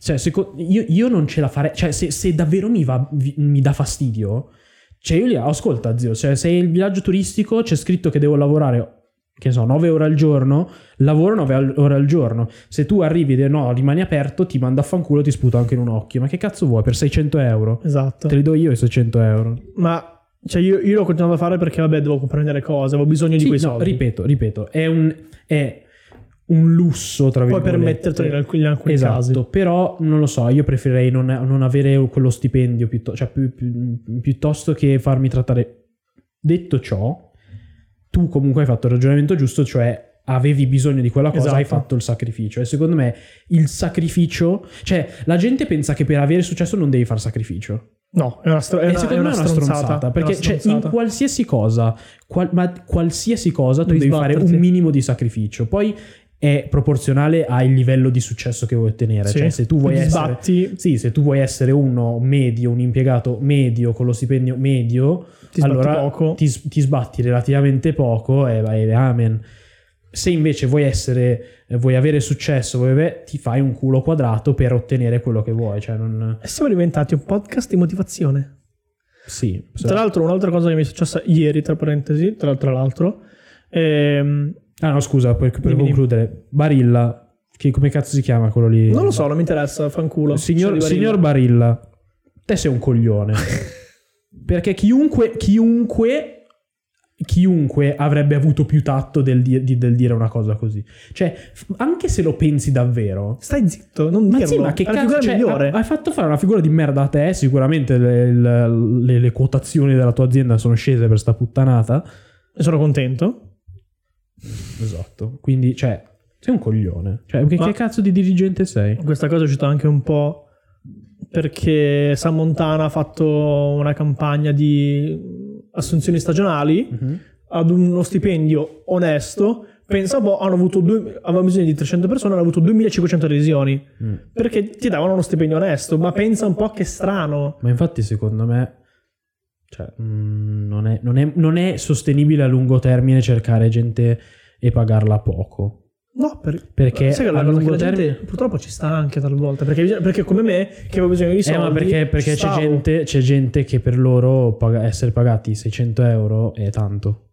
S2: cioè, seco- io, io non ce la farei. Cioè, se, se davvero mi, va- vi- mi dà fastidio, cioè, io li ascolta, zio. Cioè, sei il villaggio turistico, c'è scritto che devo lavorare, che so, 9 ore al giorno, lavoro 9 al- ore al giorno. Se tu arrivi e dici, no, rimani aperto, ti manda a fanculo, ti sputo anche in un occhio. Ma che cazzo vuoi per 600 euro?
S1: Esatto.
S2: Te li do io i 600 euro.
S1: Ma cioè, io, io l'ho continuato a fare perché, vabbè, devo comprare delle cose, avevo bisogno di
S2: Sì,
S1: quei
S2: no,
S1: soldi.
S2: ripeto, ripeto, è un, è un lusso, tra
S1: Puoi
S2: virgolette.
S1: permettertelo in alcuni, in alcuni
S2: esatto,
S1: casi.
S2: però non lo so, io preferirei non, non avere quello stipendio piutto- cioè, più- più- piuttosto che farmi trattare. Detto ciò, tu comunque hai fatto il ragionamento giusto, cioè avevi bisogno di quella cosa,
S1: Esatto.
S2: hai fatto il sacrificio. E secondo me il sacrificio, cioè la gente pensa che per avere successo non devi fare sacrificio.
S1: No, è una, stro- è
S2: E
S1: una-
S2: secondo
S1: è una
S2: me è una
S1: stronzata.
S2: stronzata,
S1: È
S2: perché
S1: una
S2: cioè,
S1: stronzata.
S2: in qualsiasi cosa, qual- ma qualsiasi cosa tu
S1: Devi
S2: devi fare un
S1: sbatterti.
S2: minimo di sacrificio. Poi è proporzionale al livello di successo che vuoi ottenere.
S1: Sì.
S2: Cioè, se tu vuoi
S1: Ti
S2: essere
S1: sbatti,
S2: sì, se tu vuoi essere uno medio, un impiegato medio con lo stipendio medio,
S1: ti sbatti
S2: allora
S1: poco.
S2: ti, s- ti sbatti relativamente poco e vai amen. Se invece vuoi essere, eh, vuoi avere successo, vuoi avere- ti fai un culo quadrato per ottenere quello che vuoi. Cioè, non...
S1: E Siamo diventati un podcast di motivazione.
S2: Sì,
S1: Tra l'altro, un'altra cosa che mi è successa ieri, tra parentesi, tra, tra l'altro, ehm,
S2: Ah no, scusa, per, per
S1: Dimmi, dimmi.
S2: concludere, Barilla, che, come cazzo si chiama quello lì?
S1: non lo so, non mi interessa, fanculo.
S2: Signor,
S1: Ci arriva
S2: signor Barilla, te sei un coglione. Perché chiunque, chiunque, chiunque avrebbe avuto più tatto del, di- di- del dire una cosa così. Cioè, f- anche se lo pensi davvero...
S1: Stai zitto, non
S2: Ma
S1: dirlo.
S2: sì, ma che
S1: è la
S2: cazzo
S1: figura
S2: cioè,
S1: migliore.
S2: ha- Hai fatto fare una figura di merda a te. Sicuramente le, le- le- le quotazioni della tua azienda sono scese per sta puttanata. ah.
S1: Ne sono contento.
S2: Esatto. Quindi, cioè, sei un coglione. Cioè, che,
S1: Ma-
S2: che cazzo di dirigente sei?
S1: Questa cosa è uscita anche un po' perché San Montana ha fatto una campagna di assunzioni stagionali ad uno stipendio onesto. Pensa un po', hanno avuto due, avevano bisogno di 300 persone, hanno avuto 2500 adesioni.
S2: Mm.
S1: Perché ti davano uno stipendio onesto, ma pensa un po' che strano.
S2: Ma infatti, secondo me, cioè, mm, non, è, non è- non è sostenibile a lungo termine cercare gente e pagarla poco.
S1: No, per-
S2: Perché
S1: sai che la cosa
S2: a
S1: che
S2: lungo
S1: la gente
S2: termine-
S1: purtroppo ci sta anche talvolta, perché, bisogna- perché come me che avevo bisogno di
S2: Eh,
S1: soldi.
S2: ma perché, perché
S1: ci
S2: c'è,
S1: stavo.
S2: gente, c'è gente che per loro paga- essere pagati 600 euro è tanto.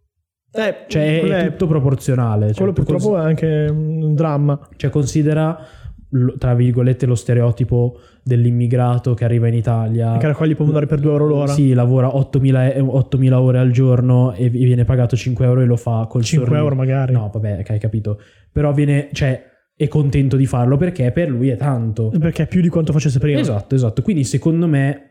S1: Eh,
S2: Cioè,
S1: quello
S2: è
S1: è-
S2: tutto proporzionale. Cioè,
S1: quello
S2: tu
S1: purtroppo
S2: cons-
S1: è anche un dramma.
S2: Cioè, considera, lo- tra virgolette, lo stereotipo dell'immigrato che arriva in Italia.
S1: Che raccogli i pomodori per 2 euro l'ora.
S2: Sì, lavora 8000, e- 8000 ore al giorno e vi- viene pagato 5 euro e lo fa col
S1: 5
S2: sorriso.
S1: euro magari.
S2: No, vabbè, che hai capito. Però viene, cioè, è contento di farlo perché per lui è tanto.
S1: Perché è più di quanto facesse prima.
S2: Esatto, esatto. Quindi secondo me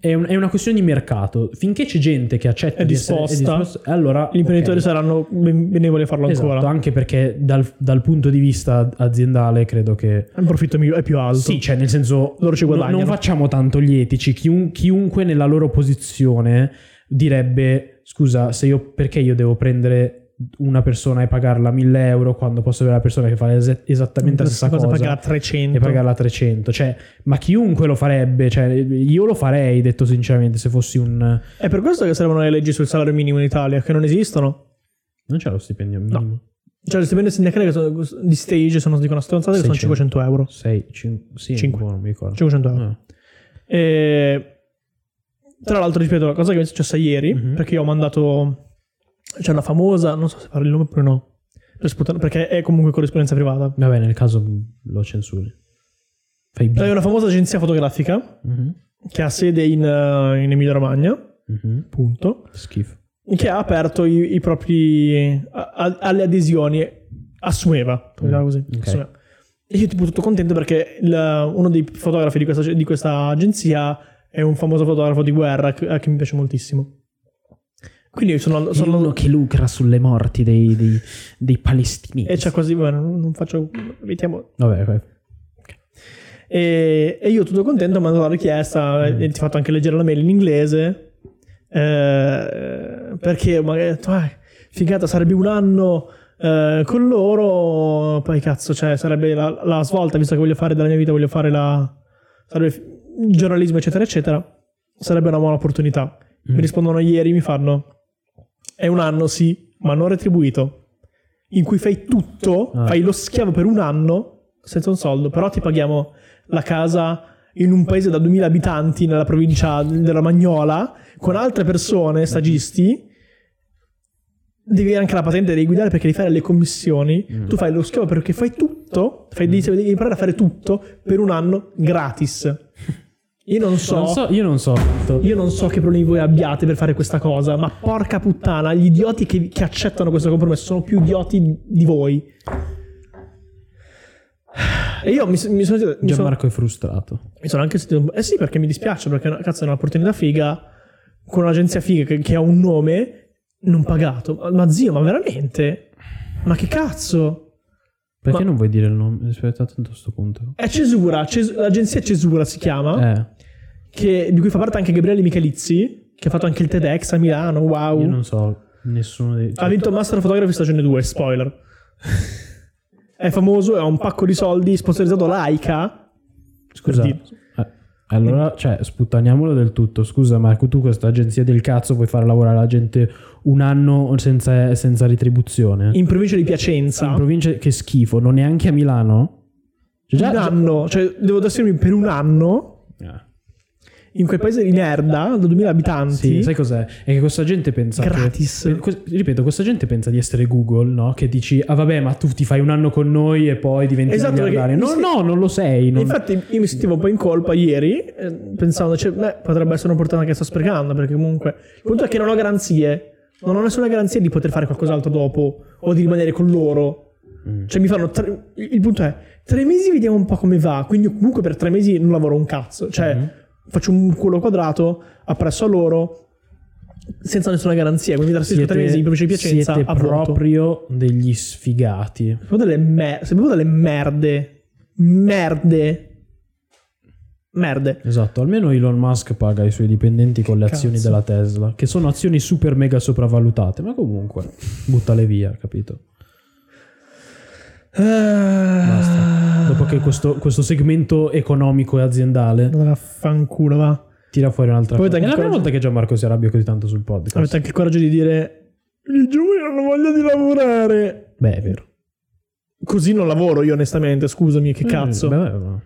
S2: è, un- è una questione di mercato. Finché c'è gente che accetta
S1: È
S2: di essere-
S1: disposta,
S2: disposta, allora
S1: Gli imprenditori
S2: ok.
S1: saranno ben- benevoli a farlo
S2: Esatto,
S1: ancora.
S2: anche perché dal, dal punto di vista aziendale credo che
S1: Il profitto è migli- è più alto.
S2: Sì, cioè nel senso
S1: Loro ci
S2: no-
S1: guadagnano.
S2: Non facciamo tanto gli etici, Chiun- chiunque nella loro posizione direbbe scusa, se io perché io devo prendere una persona e pagarla 1000 euro quando posso avere la persona che fa es- esattamente la stessa cosa,
S1: pagarla 300.
S2: e pagarla 300. Cioè, ma chiunque lo farebbe, cioè, io lo farei, detto sinceramente, se fossi un...
S1: È per questo che servono le leggi sul salario minimo in Italia, che non esistono.
S2: Non c'è lo stipendio minimo.
S1: Cioè, le stipendi sindacali che sono- di stage, se non dico una stronzata, che sono
S2: 600.
S1: 500 euro.
S2: 6, 5, sì,
S1: Cinque.
S2: boh, non mi ricordo.
S1: 500 euro.
S2: Ah.
S1: E, tra l'altro, ripeto, la cosa che mi è successa ieri,
S2: Mhm.
S1: perché io ho mandato... C'è una famosa, non so se parlo il nome oppure no, per sputare- perché è comunque corrispondenza privata.
S2: Vabbè, nel caso lo censuri. Fai
S1: È
S2: bene. Mhm.
S1: una famosa agenzia fotografica che ha sede in, eh, in Emilia Romagna, punto.
S2: Schifo.
S1: che ha aperto i, i propri a- a- alle adesioni a Sueva, diciamo così,
S2: Mm. ok.
S1: Sueva. E io tipo tutto contento perché il- uno dei fotografi di questa, di questa agenzia è un famoso fotografo di guerra che, a- che mi piace moltissimo. Quindi io sono, sono
S2: Sono uno che lucra sulle morti dei, dei- dei palestinesi.
S1: e c'è quasi bene, non non faccio evitiamo.
S2: Vabbè, vabbè.
S1: E, e io tutto contento ho mandato la richiesta e ti ho fatto anche leggere la mail in inglese eh, perché magari ho detto, "Ah, figata sarebbe un anno eh, con loro poi cazzo cioè sarebbe la, la svolta visto che voglio fare della mia vita voglio fare la sarebbe fi- il giornalismo eccetera eccetera sarebbe una buona opportunità mi rispondono ieri mi fanno è un anno sì ma non retribuito in cui fai tutto
S2: Ah.
S1: fai lo schiavo per un anno senza un soldo però ti paghiamo la casa in un paese da 2000 abitanti nella provincia della Magnola con altre persone stagisti devi anche la patente devi guidare perché devi fare le commissioni tu fai lo schiavo perché fai tutto fai, devi, devi imparare a fare tutto per un anno gratis io non so,
S2: Non so, io non so. quanto-
S1: io non so che problemi voi abbiate per fare questa cosa ma porca puttana gli idioti che, che accettano questo compromesso sono più idioti di voi e io mi, s- mi sono mi sono-
S2: Gianmarco è frustrato.
S1: mi sono anche sentito un po'- Eh sì, perché mi dispiace, perché cazzo è un'opportunità figa con un'agenzia figa che, che ha un nome non pagato. Ma, ma zio, ma veramente? Ma che cazzo?
S2: Perché
S1: Ma-
S2: non vuoi dire il nome? Aspetta, tanto a sto punto.
S1: È Cesura, Ces- l'agenzia Cesura si chiama,
S2: Eh,
S1: che- di cui fa parte anche Gabriele Michalizzi, che ha fatto anche il TEDx a Milano, wow.
S2: io non so nessuno dei... cioè,
S1: Ha vinto Master Photography stagione 2, spoiler. è famoso, ha un pacco di soldi, sponsorizzato Laika.
S2: Scusa.
S1: per dire.
S2: eh, allora, cioè, sputtaniamolo del tutto. Scusa, Marco, tu questa agenzia del cazzo vuoi far lavorare la gente un anno senza, senza retribuzione?
S1: In provincia di Piacenza.
S2: In provincia che schifo, non neanche a Milano? Cioè,
S1: un anno, cioè devo trasferirmi per un anno
S2: Eh.
S1: in quel paese di merda da 2000 abitanti.
S2: Ah, Sì, sai cos'è? È che questa gente pensa che-
S1: Gratis.
S2: per- que- Eh, ripeto, questa gente pensa di essere Google, no? Che dici "Ah vabbè, ma tu ti fai un anno con noi e poi diventi
S1: Esatto,
S2: miliardario".
S1: perché-
S2: No, no, non lo sei, non-
S1: Infatti io mi sentivo un po' in colpa ieri eh, pensando, cioè, beh, potrebbe essere un'opportunità che sto sprecando perché comunque il punto è che non ho garanzie, non ho nessuna garanzia di poter fare qualcos'altro dopo o di rimanere con loro.
S2: Mm.
S1: Cioè mi fanno tre- il punto è tre mesi vediamo un po' come va, quindi io comunque per tre mesi non lavoro un cazzo, cioè
S2: Mhm.
S1: faccio un culo quadrato appresso a loro senza nessuna garanzia, quindi mi trasferisco tre mesi in provincia di Piacenza
S2: siete
S1: a vuoto.
S2: proprio degli sfigati.
S1: Sono delle, mer- sono proprio delle merde. Merde. Merde.
S2: Esatto, almeno Elon Musk paga i suoi dipendenti con le
S1: Che
S2: azioni
S1: cazzo.
S2: della Tesla, che sono azioni super mega sopravvalutate, ma comunque buttale via, capito?
S1: Basta.
S2: Dopo che questo, questo segmento economico e aziendale
S1: Allora, fanculo, va.
S2: tira fuori un'altra
S1: Poi
S2: cosa. È
S1: avete
S2: la
S1: anche
S2: prima
S1: coraggio-
S2: volta che Gianmarco si arrabbia così tanto sul podcast.
S1: Avete anche il coraggio di dire... I giovani hanno voglia di lavorare.
S2: Beh, è vero.
S1: Così non lavoro io, onestamente. Scusami, che cazzo.
S2: Eh, beh, no.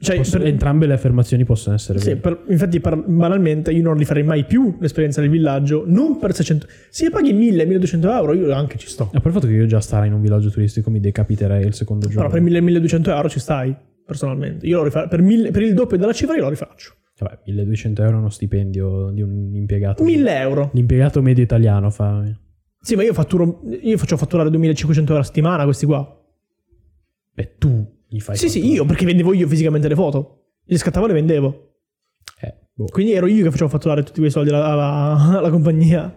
S1: cioè,
S2: Posso-
S1: per-
S2: Entrambe le affermazioni possono essere
S1: sì,
S2: vere.
S1: per- infatti, par- banalmente, io non rifarei mai più l'esperienza del villaggio. Non per 600... Se paghi 1000-1200 euro, io anche ci sto.
S2: A parte il fatto che io già stare in un villaggio turistico mi decapiterei il secondo giorno.
S1: Però per 1000-1200 euro ci stai, personalmente. Io lo rifare, per, 1000 per il doppio della cifra io lo rifaccio.
S2: Vabbè, 1200 euro è uno stipendio di un impiegato.
S1: 1000 euro.
S2: L'impiegato medio italiano fa...
S1: Sì, ma io, fatturo, io faccio fatturare 2500 euro a settimana a questi qua.
S2: Beh, tu gli fai...
S1: sì, sì,
S2: fatturare.
S1: io perché vendevo io fisicamente le foto. Le scattavo e le vendevo.
S2: Eh, boh.
S1: Quindi ero io che facevo fatturare tutti quei soldi alla, alla- alla compagnia.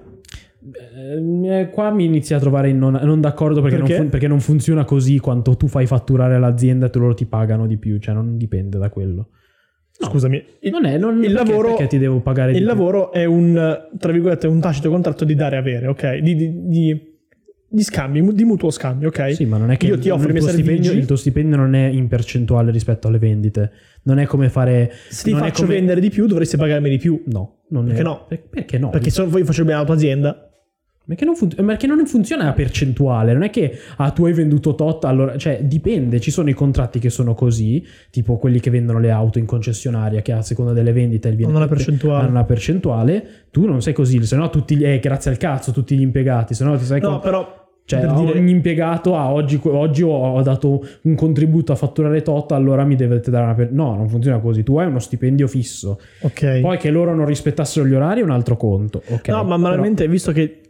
S2: Eh, eh, qua mi inizi a trovare in non, non d'accordo perché,
S1: Perché?
S2: Non fun- perché non funziona così quanto tu fai fatturare all'azienda e te loro ti pagano di più, cioè non dipende da quello. No.
S1: Scusami. Il,
S2: Non è, non
S1: il
S2: perché,
S1: lavoro-
S2: perché ti devo pagare
S1: il
S2: di più.
S1: lavoro è un, tra virgolette, un tacito contratto di dare e avere, ok? Di, di- di di scambi, di mutuo scambio, ok?
S2: Sì, ma non è che
S1: Io ti offro i
S2: il,
S1: miei
S2: tuo stipendio,
S1: servizi.
S2: il tuo stipendio non è in percentuale rispetto alle vendite. Non è come fare.
S1: Se ti
S2: non è
S1: faccio
S2: come-
S1: vendere di più, dovresti pagarmi di più.
S2: No, non
S1: Perché
S2: è...
S1: no?
S2: Per- Perché no?
S1: Perché se no poi faccio bene alla tua azienda.
S2: Perché non, fun- perché non funziona la percentuale, non è che ah, tu hai venduto tot, allora, cioè dipende, ci sono i contratti che sono così, tipo quelli che vendono le auto in concessionaria, che a seconda delle vendite
S1: Non
S2: il viene- Ah,
S1: una percentuale.
S2: hanno una percentuale, tu non sei così, se no tutti, gli- eh, grazie al cazzo, tutti gli impiegati, se no ti sai
S1: No,
S2: co-
S1: però
S2: cioè
S1: per
S2: a
S1: dire-
S2: ogni impiegato, ah, oggi, oggi ho, ho dato un contributo a fatturare tot, allora mi dovete dare una per- No, non funziona così, tu hai uno stipendio fisso,
S1: ok.
S2: poi che loro non rispettassero gli orari è un altro conto, ok?
S1: no, ma
S2: però-
S1: banalmente, visto che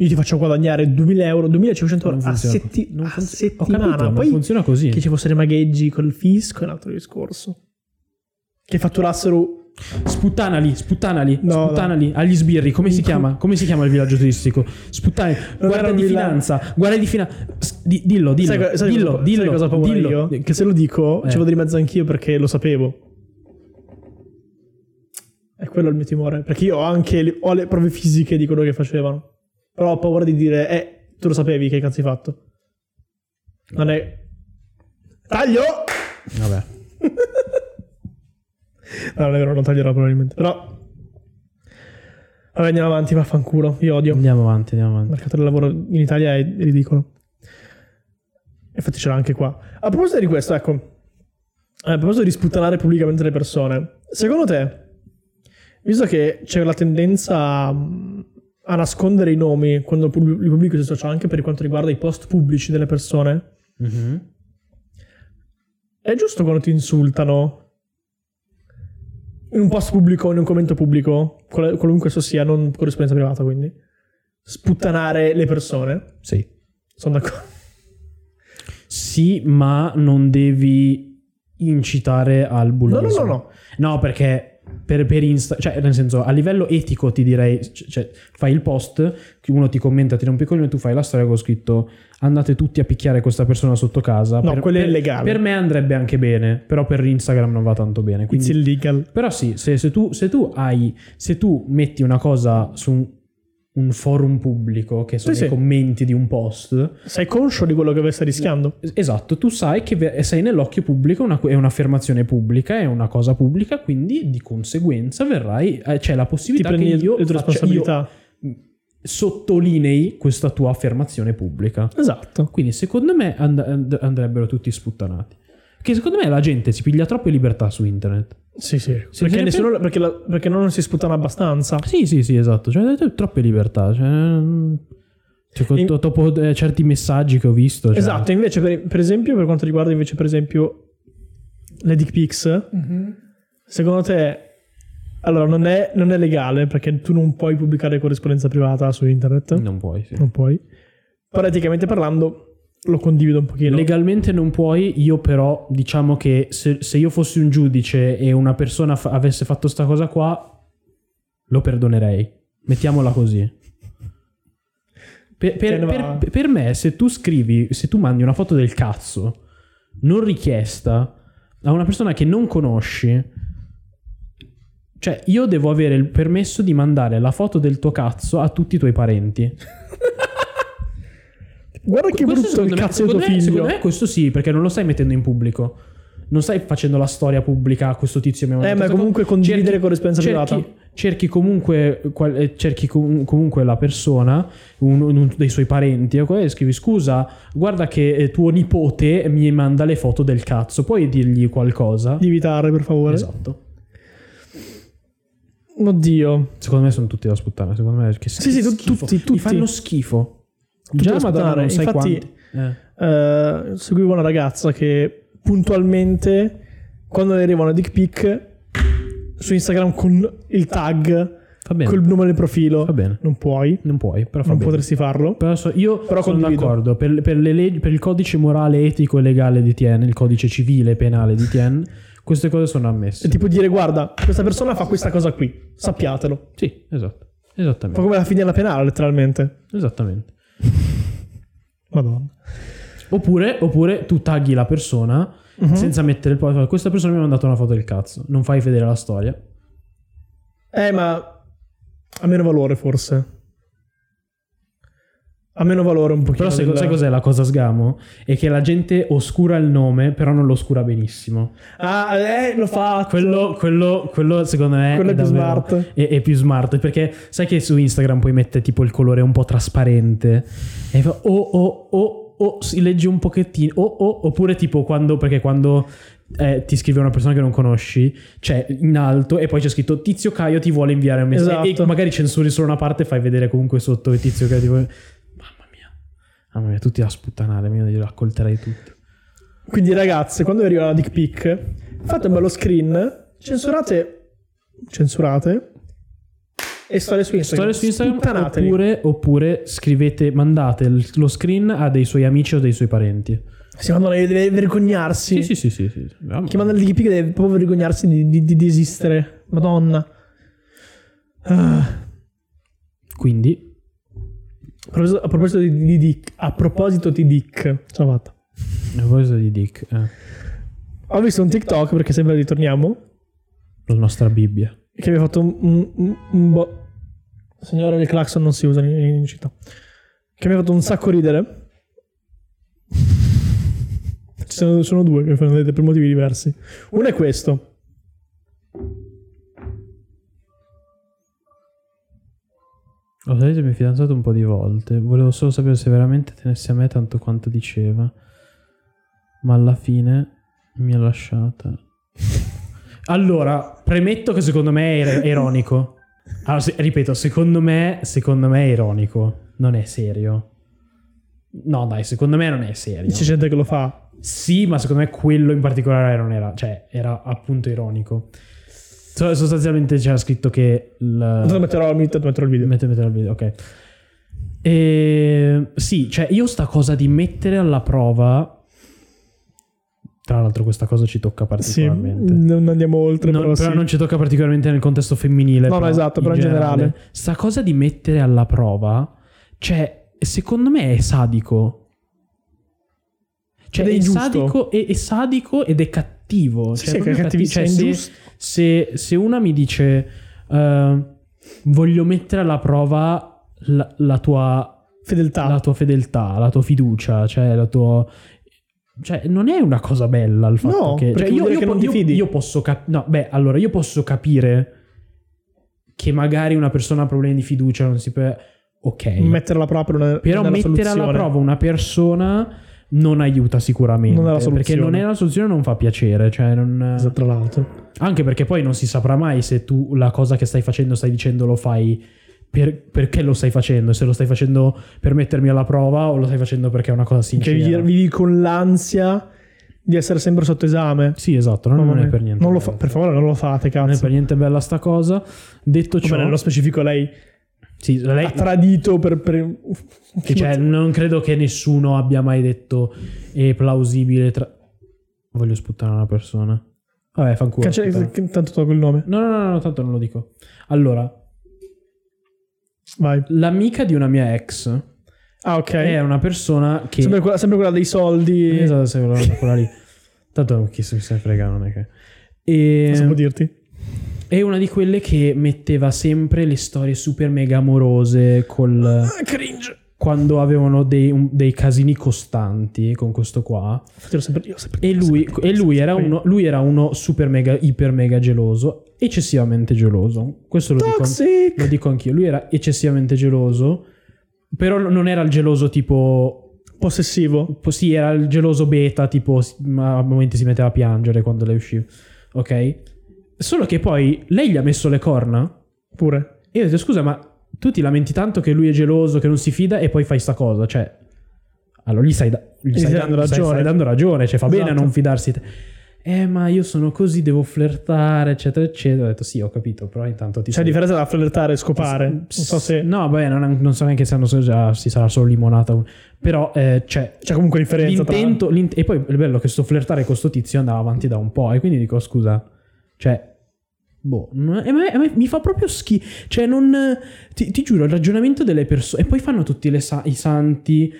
S1: io ti faccio guadagnare 2000 euro, 2500
S2: Non
S1: euro a,
S2: funziona
S1: setti-
S2: così. Non
S1: a
S2: funziona- ho
S1: settimana,
S2: capito, non
S1: poi
S2: funziona così.
S1: che ci fossero i magheggi col fisco è un altro discorso. Che fatturassero
S2: Sputtanali, sputtanali,
S1: No,
S2: sputtanali agli sbirri. Come si chiama? Come si chiama il villaggio turistico? Sputtanali,
S1: Non era
S2: guardia
S1: un
S2: di
S1: villaggio.
S2: finanza, guardia di finanza. Dillo, dillo,
S1: Sai co- sai
S2: dillo,
S1: cosa-
S2: dillo,
S1: sai cosa ho paura
S2: dillo.
S1: io? Che se lo dico
S2: Eh.
S1: ci vado di mezzo anch'io perché lo sapevo. È quello il mio timore. Perché io ho anche le, ho le prove fisiche di quello che facevano. Però ho paura di dire, eh, tu lo sapevi che cazzo hai fatto. Non è. Taglio!
S2: Vabbè.
S1: No, non è vero, non taglierò probabilmente. Però. Vabbè, andiamo avanti, vaffanculo. Io odio. Il
S2: Andiamo avanti, andiamo avanti.
S1: mercato del lavoro in Italia è ridicolo. Infatti, c'era anche qua. A proposito di questo, ecco. eh, A proposito di sputtanare pubblicamente le persone, secondo te, visto che c'è la tendenza mm, a nascondere i nomi quando pub- li pubblico sui social, anche per quanto riguarda i post pubblici delle persone,
S2: Mhm.
S1: È giusto quando ti insultano in un post pubblico o in un commento pubblico, qual- qualunque esso sia, non corrispondenza privata quindi, sputtanare le persone?
S2: Sì.
S1: Sono d'accordo.
S2: Sì, ma non devi incitare al
S1: No,
S2: bullismo.
S1: no, no, no.
S2: No, perché per, per Insta, cioè nel senso a livello etico ti direi, c- cioè, fai il post, uno ti commenta, ti rompe i coglioni, tu fai la storia con scritto andate tutti a picchiare questa persona sotto casa.
S1: No, quello è
S2: per-
S1: illegale.
S2: Per me andrebbe anche bene, però per Instagram non va tanto bene.
S1: It's
S2: Quindi,
S1: illegal.
S2: però sì, se, se tu, se tu hai, se tu metti una cosa su un, un forum pubblico, che sono
S1: Sì,
S2: i
S1: sì.
S2: commenti di un post,
S1: Sei conscio di quello che stai rischiando?
S2: Esatto, tu sai che ve- sei nell'occhio pubblico, una- è un'affermazione pubblica, è una cosa pubblica, quindi di conseguenza verrai, eh, c'è la
S1: Ti
S2: possibilità che
S1: prendi le
S2: io,
S1: tue
S2: faccia-
S1: responsabilità?
S2: io sottolinei questa tua affermazione pubblica.
S1: Esatto.
S2: Quindi secondo me and- and- andrebbero tutti sputtanati. Che secondo me la gente si piglia troppe libertà su internet.
S1: Sì, sì.
S2: Se
S1: Perché,
S2: bisogna
S1: nessuno- perché la- perché non si sputtano abbastanza.
S2: Sì, sì, sì, esatto, cioè t- troppe libertà. Cioè, mm, cioè, co-
S1: In-
S2: to- dopo eh, certi messaggi che ho visto... cioè-
S1: Esatto, invece per, per esempio per quanto riguarda invece per esempio le dick pics, secondo te allora non è, non è legale perché tu non puoi pubblicare corrispondenza privata su internet,
S2: Non puoi, sì.
S1: non puoi. Però eticamente parlando lo condivido un pochino.
S2: Legalmente non puoi, io però diciamo che se, se io fossi un giudice e una persona fa- avesse fatto sta cosa qua, lo perdonerei. Mettiamola così. Per, per-
S1: Te ne
S2: per-
S1: va.
S2: per me, se tu scrivi, se tu mandi una foto del cazzo non richiesta a una persona che non conosci, cioè io devo avere il permesso di mandare la foto del tuo cazzo a tutti i tuoi parenti.
S1: Guarda che
S2: Questo
S1: brutto il
S2: secondo me-
S1: cazzo di tuo
S2: secondo me-
S1: figlio.
S2: Secondo me questo sì, perché non lo stai mettendo in pubblico. Non stai facendo la storia pubblica a questo tizio. mi ha
S1: eh,
S2: mandato
S1: ma
S2: questa
S1: comunque
S2: cosa.
S1: condividere
S2: Certo, Cerchi-
S1: corrispondenza privata.
S2: cerchi, cerchi comunque qual- eh, cerchi com- comunque la persona uno uno dei suoi parenti o qua, e scrivi scusa guarda che eh, tuo nipote mi manda le foto del cazzo puoi dirgli qualcosa
S1: Di evitare, per favore.
S2: esatto
S1: Oddio.
S2: secondo me sono tutti da sputtare secondo me che
S1: Sì, sì, tu-
S2: schifo.
S1: tutti,
S2: Mi
S1: tutti.
S2: fanno schifo
S1: Tutti
S2: già
S1: da
S2: madonna
S1: sputtare.
S2: non sai
S1: Infatti-
S2: quanti Eh.
S1: Eh, seguivo una ragazza che puntualmente quando le arriva una dick pic su Instagram con il tag
S2: va bene
S1: col nome del profilo
S2: va bene
S1: non puoi
S2: non puoi però fa
S1: non
S2: bene.
S1: potresti farlo
S2: Però so- io
S1: Però
S2: sono
S1: condivido.
S2: d'accordo per, per le leggi- per il codice morale, etico e legale di Tien, il codice civile e penale di Tien, queste cose sono
S1: è
S2: ammesse.
S1: tipo dire guarda questa persona fa questa cosa qui sappiatelo un
S2: Sì, esatto.
S1: po'
S2: Esattamente.
S1: come la finiera penale letteralmente
S2: Esattamente.
S1: madonna
S2: Oppure, oppure tu tagli la persona
S1: Mhm.
S2: senza mettere il po- cioè, Questa persona mi ha mandato una foto del cazzo. Non fai vedere la storia.
S1: eh ma ha meno valore forse Ha meno valore un pochino.
S2: Però sai,
S1: del-
S2: sai cos'è la cosa sgamo? È che la gente oscura il nome, però non lo oscura benissimo.
S1: Ah, eh, lo fa.
S2: Quello, quello- quello, secondo me
S1: Quello è più
S2: Eh, davvero-
S1: smart.
S2: È, è più smart perché sai che su Instagram puoi mettere tipo il colore un po' trasparente e fa "Oh, o o o o oh", si legge un pochettino o o oppure tipo quando perché quando eh, ti scrive una persona che non conosci c'è in alto e poi c'è scritto Tizio Caio ti vuole inviare un messaggio
S1: Esatto.
S2: e magari censuri solo una parte e fai vedere comunque sotto che Tizio Caio ti vuole mamma mia mamma mia tutti a sputtanare io glielo accolterei tutti
S1: Quindi, ragazze, quando vi arriva la dick pic, fate un bello screen, censurate. Censurate. E storie su Instagram.
S2: Storie su Instagram
S1: Sputtanateli.
S2: oppure, oppure scrivete, mandate l- lo screen a dei suoi amici o dei suoi parenti.
S1: Si mandano deve vergognarsi.
S2: Sì, sì, sì, sì. sì.
S1: Chi manda le dick pic deve proprio vergognarsi di, di- di- di esistere. Madonna. Ah.
S2: Quindi,
S1: A proposito- a proposito di, di dick, a proposito di dick, ce l'ho fatta.
S2: a proposito di Dick, eh,
S1: Ho visto un TikTok perché sempre ritorniamo.
S2: la nostra Bibbia.
S1: che aveva fatto un, un- un- un bo- signore il clacson non si usa in, in città che mi ha fatto un sacco ridere ci sono, sono due che mi fanno ridere per motivi diversi uno è questo
S2: Ho detto mio fidanzato un po' di volte. Volevo solo sapere se veramente tenessi a me tanto quanto diceva. Ma alla fine mi ha lasciata. Allora, premetto che secondo me è ir- ironico. Allora, se- ripeto, secondo me, secondo me è ironico. Non è serio. No, dai, secondo me non è serio.
S1: c'è gente che lo fa
S2: Sì, ma secondo me quello in particolare non era. Cioè, era appunto ironico. So- sostanzialmente c'era scritto che. il-
S1: non te lo metterò, mi- te lo metterò il video
S2: Mette- metterò il video, ok. E, sì, cioè io sta cosa di mettere alla prova. Tra l'altro, questa cosa ci tocca
S1: sì,
S2: particolarmente.
S1: non andiamo oltre
S2: Non-
S1: però,
S2: però
S1: sì.
S2: non ci tocca particolarmente nel contesto femminile.
S1: No, no, esatto, però in generale.
S2: Sta cosa di mettere alla prova, cioè, secondo me è sadico. Cioè,
S1: Ed è
S2: è,
S1: ingiusto.
S2: sadico, è, è sadivo ed è cattivo.
S1: Sì,
S2: cioè,
S1: sì,
S2: è proprio
S1: che è
S2: cattivo.
S1: cattivissimo,
S2: Cioè,
S1: è
S2: se-
S1: ingiusto.
S2: se, se una mi dice eh, voglio mettere alla prova la, la tua,
S1: fedeltà
S2: la tua fedeltà, la tua fiducia, cioè la tua... Cioè, non è una cosa bella il fatto
S1: No,
S2: che...
S1: perché
S2: Cioè,
S1: vuol dire che
S2: po-
S1: non ti fidi.
S2: io posso capire... No, beh, allora, io posso capire che magari una persona ha problemi di fiducia, non si può... Ok.
S1: metterla proprio una,
S2: Però
S1: nella
S2: mettere alla
S1: soluzione.
S2: prova una persona non aiuta sicuramente.
S1: Non è la
S2: perché
S1: soluzione.
S2: non è la soluzione, non fa piacere. Cioè, non...
S1: Esatto, tra l'altro
S2: Anche perché poi non si saprà mai se tu la cosa che stai facendo, stai dicendo lo fai per- perché lo stai facendo, se lo stai facendo per mettermi alla prova o lo stai facendo perché è una cosa
S1: Cioè,
S2: sincera.
S1: vivi, vivi con l'ansia di essere sempre sotto esame
S2: Sì, esatto, non,
S1: Mamma
S2: non è
S1: mia.
S2: per niente.
S1: Non lo fa-
S2: bella.
S1: per favore non lo fate
S2: Non è
S1: cazzo
S2: per niente bella sta cosa. Detto ciò,
S1: Vabbè, nello specifico lei
S2: sì, lei-
S1: ha tradito per... per...
S2: che, cioè, non credo che nessuno abbia mai detto è plausibile. tra- Voglio sputtare una persona. Vabbè, fanculo.
S1: Cancella-
S2: sputtana.
S1: che- tanto tolgo il nome.
S2: No, no, no, no, tanto non lo dico. Allora,
S1: Vai.
S2: l'amica di una mia ex
S1: Ah, ok.
S2: è una persona Eh, che...
S1: sempre, quella, sempre quella dei soldi.
S2: Esatto, sì, quella, quella lì. Tanto chi se se ne frega, non è che... E,
S1: Non so dirti.
S2: è una di quelle che metteva sempre le storie super mega amorose col...
S1: Ah, cringe.
S2: quando avevano dei, un- dei casini costanti con questo qua.
S1: Infatti l'ho sempre- io ho sempre-
S2: E lui, e lui era, uno, lui era uno super mega, iper mega geloso, eccessivamente geloso. Questo lo dico,
S1: Toxic!
S2: lo dico anch'io. Lui era eccessivamente geloso, però non era il geloso tipo
S1: Possessivo.
S2: po- sì, era il geloso beta, tipo si- ma a momenti si metteva a piangere quando lei usciva. Ok? Solo che poi lei gli ha messo le corna
S1: Pure.
S2: e io ho detto "Scusa, ma tu ti lamenti tanto che lui è geloso, che non si fida e poi fai sta cosa, cioè allora gli stai, da- gli
S1: stai dando
S2: gli
S1: ragione.
S2: stai dando ragione, cioè fa bene a
S1: Esatto.
S2: non fidarsi di te. Eh, ma io sono così, devo flirtare, eccetera, eccetera. Ho detto sì, ho capito, però intanto ti
S1: C'è la Cioè,
S2: sei-
S1: differenza tra flirtare e scopare. Non so se...
S2: No, beh, non, non so neanche se hanno so già, si sarà solo limonata. un- Però eh, c'è
S1: C'è comunque differenza tra...
S2: L'intento, l'int- e poi il bello è che sto flirtare con sto tizio andava avanti da un po'. E quindi dico: scusa, cioè. Boh, non- e a me- a me mi fa proprio schifo. Cioè, non. Ti, ti giuro, il ragionamento delle persone. E poi fanno tutti le sa- i santi.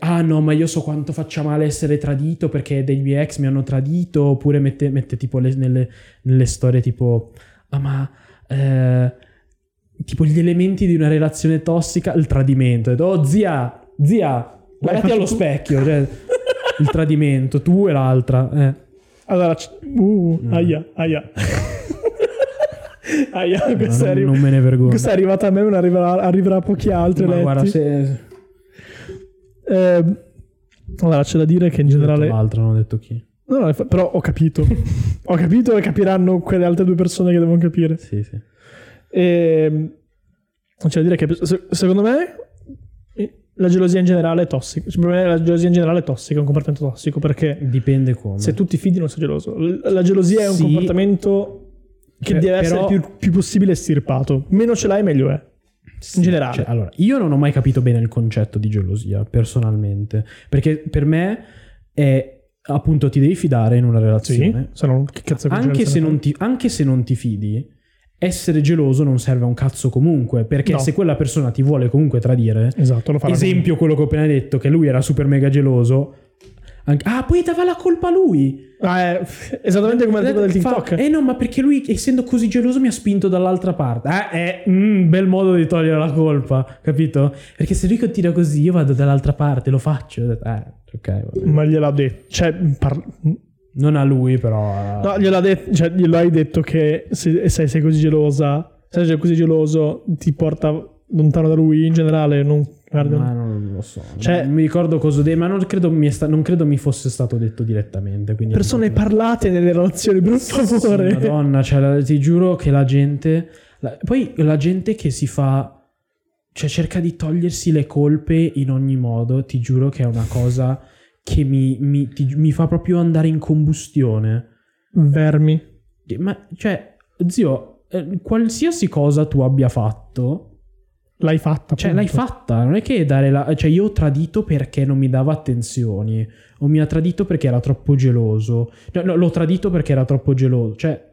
S2: Ah no, ma io so quanto faccia male essere tradito perché dei miei ex mi hanno tradito. Oppure mette, mette tipo le- nelle, nelle storie tipo. Ah, ma. eh, tipo gli elementi di una relazione tossica, il tradimento. Ho detto, oh zia, zia, guardati
S1: faccio
S2: allo
S1: tu."
S2: specchio. cioè, il tradimento, tu e l'altra. eh.
S1: Allora, c- uh,
S2: Mm.
S1: aia, aia. aia, questa, è
S2: Eh, non,
S1: arri-
S2: non me ne vergogno.
S1: questa è arrivata a me, non arriverà, arriverà a pochi altri.
S2: Ma
S1: letti.
S2: guarda, se...
S1: Ehm, allora, c'è da dire che in
S2: ho detto
S1: generale...
S2: l'altra, non ho detto chi.
S1: No, no, infa- però ho capito. ho capito e capiranno quelle altre due persone che devono capire.
S2: Sì, sì.
S1: E, cioè, dire che se- secondo me eh, la gelosia in generale è tossica. Cioè, per me la gelosia in generale è tossica, è un comportamento tossico perché
S2: Dipende come.
S1: se tu ti fidi non sei geloso. L- La gelosia è un
S2: Sì.
S1: comportamento che
S2: Cioè,
S1: deve essere
S2: però-
S1: più, più possibile estirpato. Meno ce l'hai, meglio è. in generale.
S2: Cioè, allora, io non ho mai capito bene il concetto di gelosia, personalmente. Perché per me è appunto ti devi fidare in una
S1: Sì,
S2: relazione.
S1: se no, che cazzo di
S2: Anche
S1: gelosia
S2: se,
S1: ne
S2: non ti, anche se non ti fidi, essere geloso non serve a un cazzo comunque. Perché
S1: No.
S2: se quella persona ti vuole comunque tradire,
S1: fai? Esatto, lo farà.
S2: esempio quello che ho appena detto, che lui era super mega geloso. anche- ah, poi dava la colpa a lui.
S1: Ah, è- esattamente come la tipa del
S2: Fa-
S1: TikTok.
S2: Eh no, ma perché lui, essendo così geloso, mi ha spinto dall'altra parte. Eh, è un bel modo di togliere la colpa, capito? Perché se lui continua così, io vado dall'altra parte, lo faccio. Ho detto, Eh, ok, vabbè.
S1: Ma gliel'ha detto. Cioè, par-
S2: Non a lui, però. eh.
S1: No, gliel'ha detto, cioè, glielo hai detto che se se sei così gelosa, se sei così geloso, ti porta lontano da lui in generale. Non, guarda,
S2: Ma non lo so.
S1: Cioè-
S2: non mi ricordo cosa ho detto, ma non credo, mi è sta- non credo mi fosse stato detto direttamente. Quindi
S1: persone
S2: non-
S1: parlate nelle relazioni, per favore.
S2: Sì, Madonna, cioè, la- ti giuro che la gente. la- poi la gente che si fa. Cioè, cerca di togliersi le colpe in ogni modo. Ti giuro che è una cosa che mi, mi- ti- mi fa proprio andare in combustione.
S1: Vermi.
S2: Ma, cioè, zio, eh, qualsiasi cosa tu abbia fatto.
S1: L'hai fatta.
S2: Cioè,
S1: appunto.
S2: l'hai fatta, non è che dare la... Cioè, io ho tradito perché non mi dava attenzioni, o mi ha tradito perché era troppo geloso. No, no, l'ho tradito perché era troppo geloso. Cioè,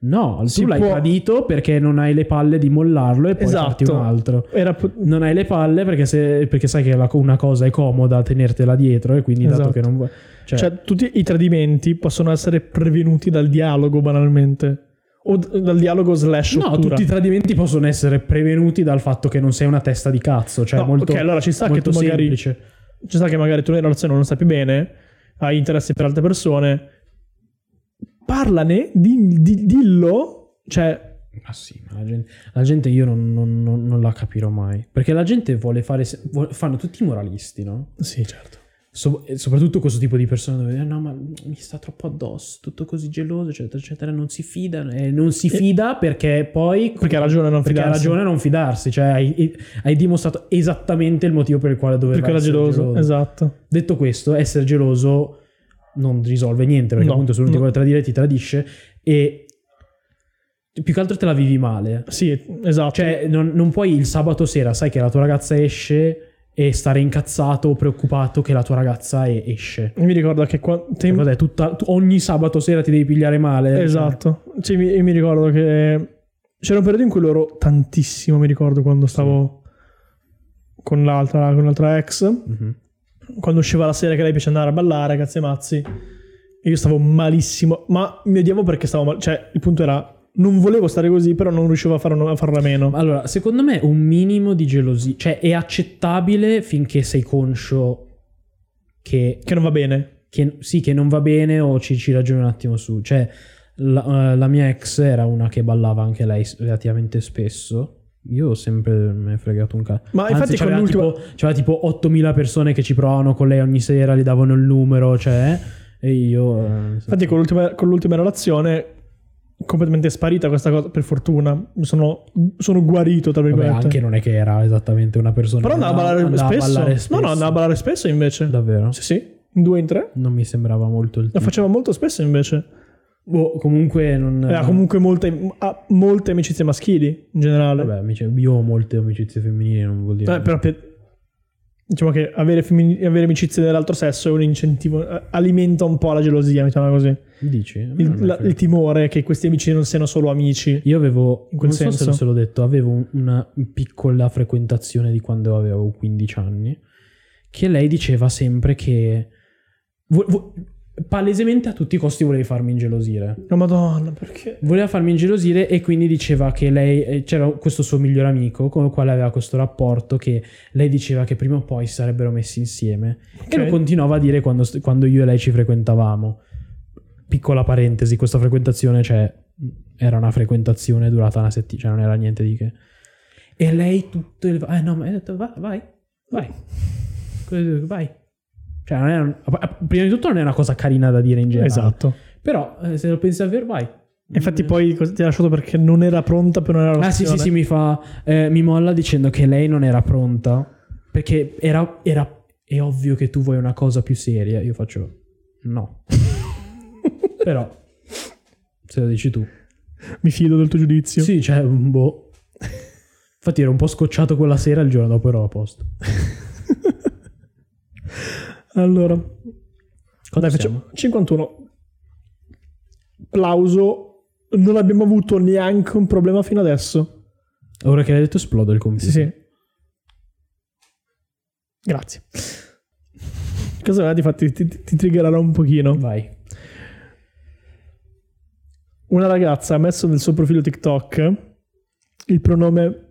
S2: no,
S1: Si
S2: tu l'hai
S1: può-
S2: tradito perché non hai le palle di mollarlo e poi
S1: Esatto.
S2: farti un altro.
S1: Era po-
S2: Non hai le palle perché, se- perché sai che la- una cosa è comoda tenertela dietro e quindi dato
S1: Esatto.
S2: che non vuoi... Cioè,
S1: cioè, tutti i tradimenti possono essere prevenuti dal dialogo, banalmente. O d- dal dialogo slash
S2: no,
S1: rottura.
S2: tutti i tradimenti possono essere prevenuti dal fatto che non sei una testa di cazzo. Cioè,
S1: No,
S2: molto,
S1: ok, allora ci sta che
S2: molto
S1: tu magari
S2: semplice.
S1: ci sta che magari tu nella relazione non lo sappi bene, hai interessi per altre persone, parlane, di- di- dillo, cioè,
S2: Ma Ah, sì, ma la gente, la gente io non, non- non- non la capirò mai. Perché la gente vuole fare. se- vuole- fanno tutti i moralisti, no?
S1: sì, certo.
S2: So- e soprattutto questo tipo di persone dove eh, no, ma mi sta troppo addosso, tutto così geloso, eccetera, eccetera. Non si fida, eh, non si fida perché poi.
S1: Perché ha ragione a non
S2: perché ha
S1: fidarsi.
S2: ragione a non fidarsi, cioè hai, hai dimostrato esattamente il motivo per il quale doveva
S1: Perché era
S2: essere
S1: geloso, esatto.
S2: Detto questo, essere geloso non risolve niente, perché
S1: No,
S2: appunto se uno ti
S1: no.
S2: vuole tradire ti tradisce e più che altro te la vivi male.
S1: Sì, esatto.
S2: Cioè, non, non puoi il sabato sera, sai che la tua ragazza esce e stare incazzato, preoccupato che la tua ragazza e- esce.
S1: mi ricordo che qua- te-
S2: Cioè, cos'è, tutta- tu- ogni sabato sera ti devi pigliare male. Cioè,
S1: Esatto. Cioè, mi, mi ricordo che c'era un periodo in cui lo ero tantissimo, mi ricordo quando stavo con, l'altra, con l'altra ex,
S2: mhm.
S1: quando usciva la sera che lei piace andare a ballare, cazzi e mazzi. E io stavo malissimo, ma mi odiavo perché stavo male. Cioè, il punto era, non volevo stare così, però non riuscivo a, farlo- a farla meno.
S2: Ma Allora, secondo me un minimo di gelosia, cioè è accettabile finché sei conscio che
S1: Che non va bene.
S2: che, sì, che non va bene o ci, ci ragioni un attimo su. Cioè, la, eh, la mia ex era una che ballava anche lei s- relativamente spesso. Io ho sempre me ne fregato un cazzo.
S1: Ma infatti con
S2: c'era
S1: l'ultima-
S2: tipo, c'era tipo 8000 persone che ci provavano con lei ogni sera, gli davano il numero, cioè... E io... eh,
S1: Infatti con l'ultima, con l'ultima relazione completamente sparita questa cosa, per fortuna. Mi Sono, sono guarito, tra
S2: vabbè,
S1: virgolette.
S2: anche non è che era esattamente una persona...
S1: Però
S2: che
S1: andava a ballare,
S2: andava
S1: spesso.
S2: ballare spesso.
S1: No, no, andava a ballare spesso invece.
S2: Davvero?
S1: Sì, sì, in due in tre.
S2: Non mi sembrava molto il
S1: Lo
S2: tipo.
S1: faceva molto spesso invece.
S2: Boh, comunque non...
S1: Aveva Eh, comunque molte, ha molte amicizie maschili in generale.
S2: Vabbè, amici- io ho molte amicizie femminili, non vuol dire...
S1: Eh, però pe- diciamo che avere, femmini- avere amicizie dell'altro sesso è un incentivo, eh, alimenta un po' la gelosia, mettiamola così.
S2: Dici? A me non
S1: Il,
S2: me
S1: la-
S2: frega.
S1: il timore che questi amici non siano solo amici.
S2: Io avevo,
S1: In quel
S2: non so se
S1: senso.
S2: se l'ho detto, avevo un- una piccola frequentazione di quando avevo 15 anni, che lei diceva sempre che... vo- vo- palesemente a tutti i costi volevi farmi ingelosire.
S1: No, madonna, perché?
S2: Voleva farmi ingelosire e quindi diceva che lei eh, c'era questo suo miglior amico con il quale aveva questo rapporto che lei diceva che prima o poi si sarebbero messi insieme e lo
S1: Ok.
S2: continuava a dire quando, st- quando io e lei ci frequentavamo. Piccola parentesi, questa frequentazione cioè era una frequentazione durata una settimana, cioè non era niente di che. E lei tutto il eh no, ma ha detto "Va- vai, vai. Cosa- Vai. Cioè, non era un- prima di tutto non è una cosa carina da dire in generale.
S1: Esatto.
S2: Però eh, se lo pensi davvero, vai.
S1: Infatti
S2: Mm.
S1: poi cos- ti ha lasciato perché non era pronta per una relazione.
S2: Ah, sì, sì, sì, mi fa. eh, mi molla dicendo che lei non era pronta. Perché era, era- È ovvio che tu vuoi una cosa più seria. Io faccio. No. Però. Se lo dici tu.
S1: Mi fido del tuo giudizio.
S2: Sì, cioè, boh. Infatti ero un po' scocciato quella sera, il giorno dopo ero a posto.
S1: Allora,
S2: Cosa
S1: dai,
S2: facciamo?
S1: facciamo 51. Applauso. Non abbiamo avuto neanche un problema fino adesso.
S2: Ora che l'hai detto esplodo il computer.
S1: Sì, sì. Grazie. Cosa va? Infatti ti, ti, ti triggererà un pochino.
S2: Vai.
S1: Una ragazza ha messo nel suo profilo TikTok il pronome,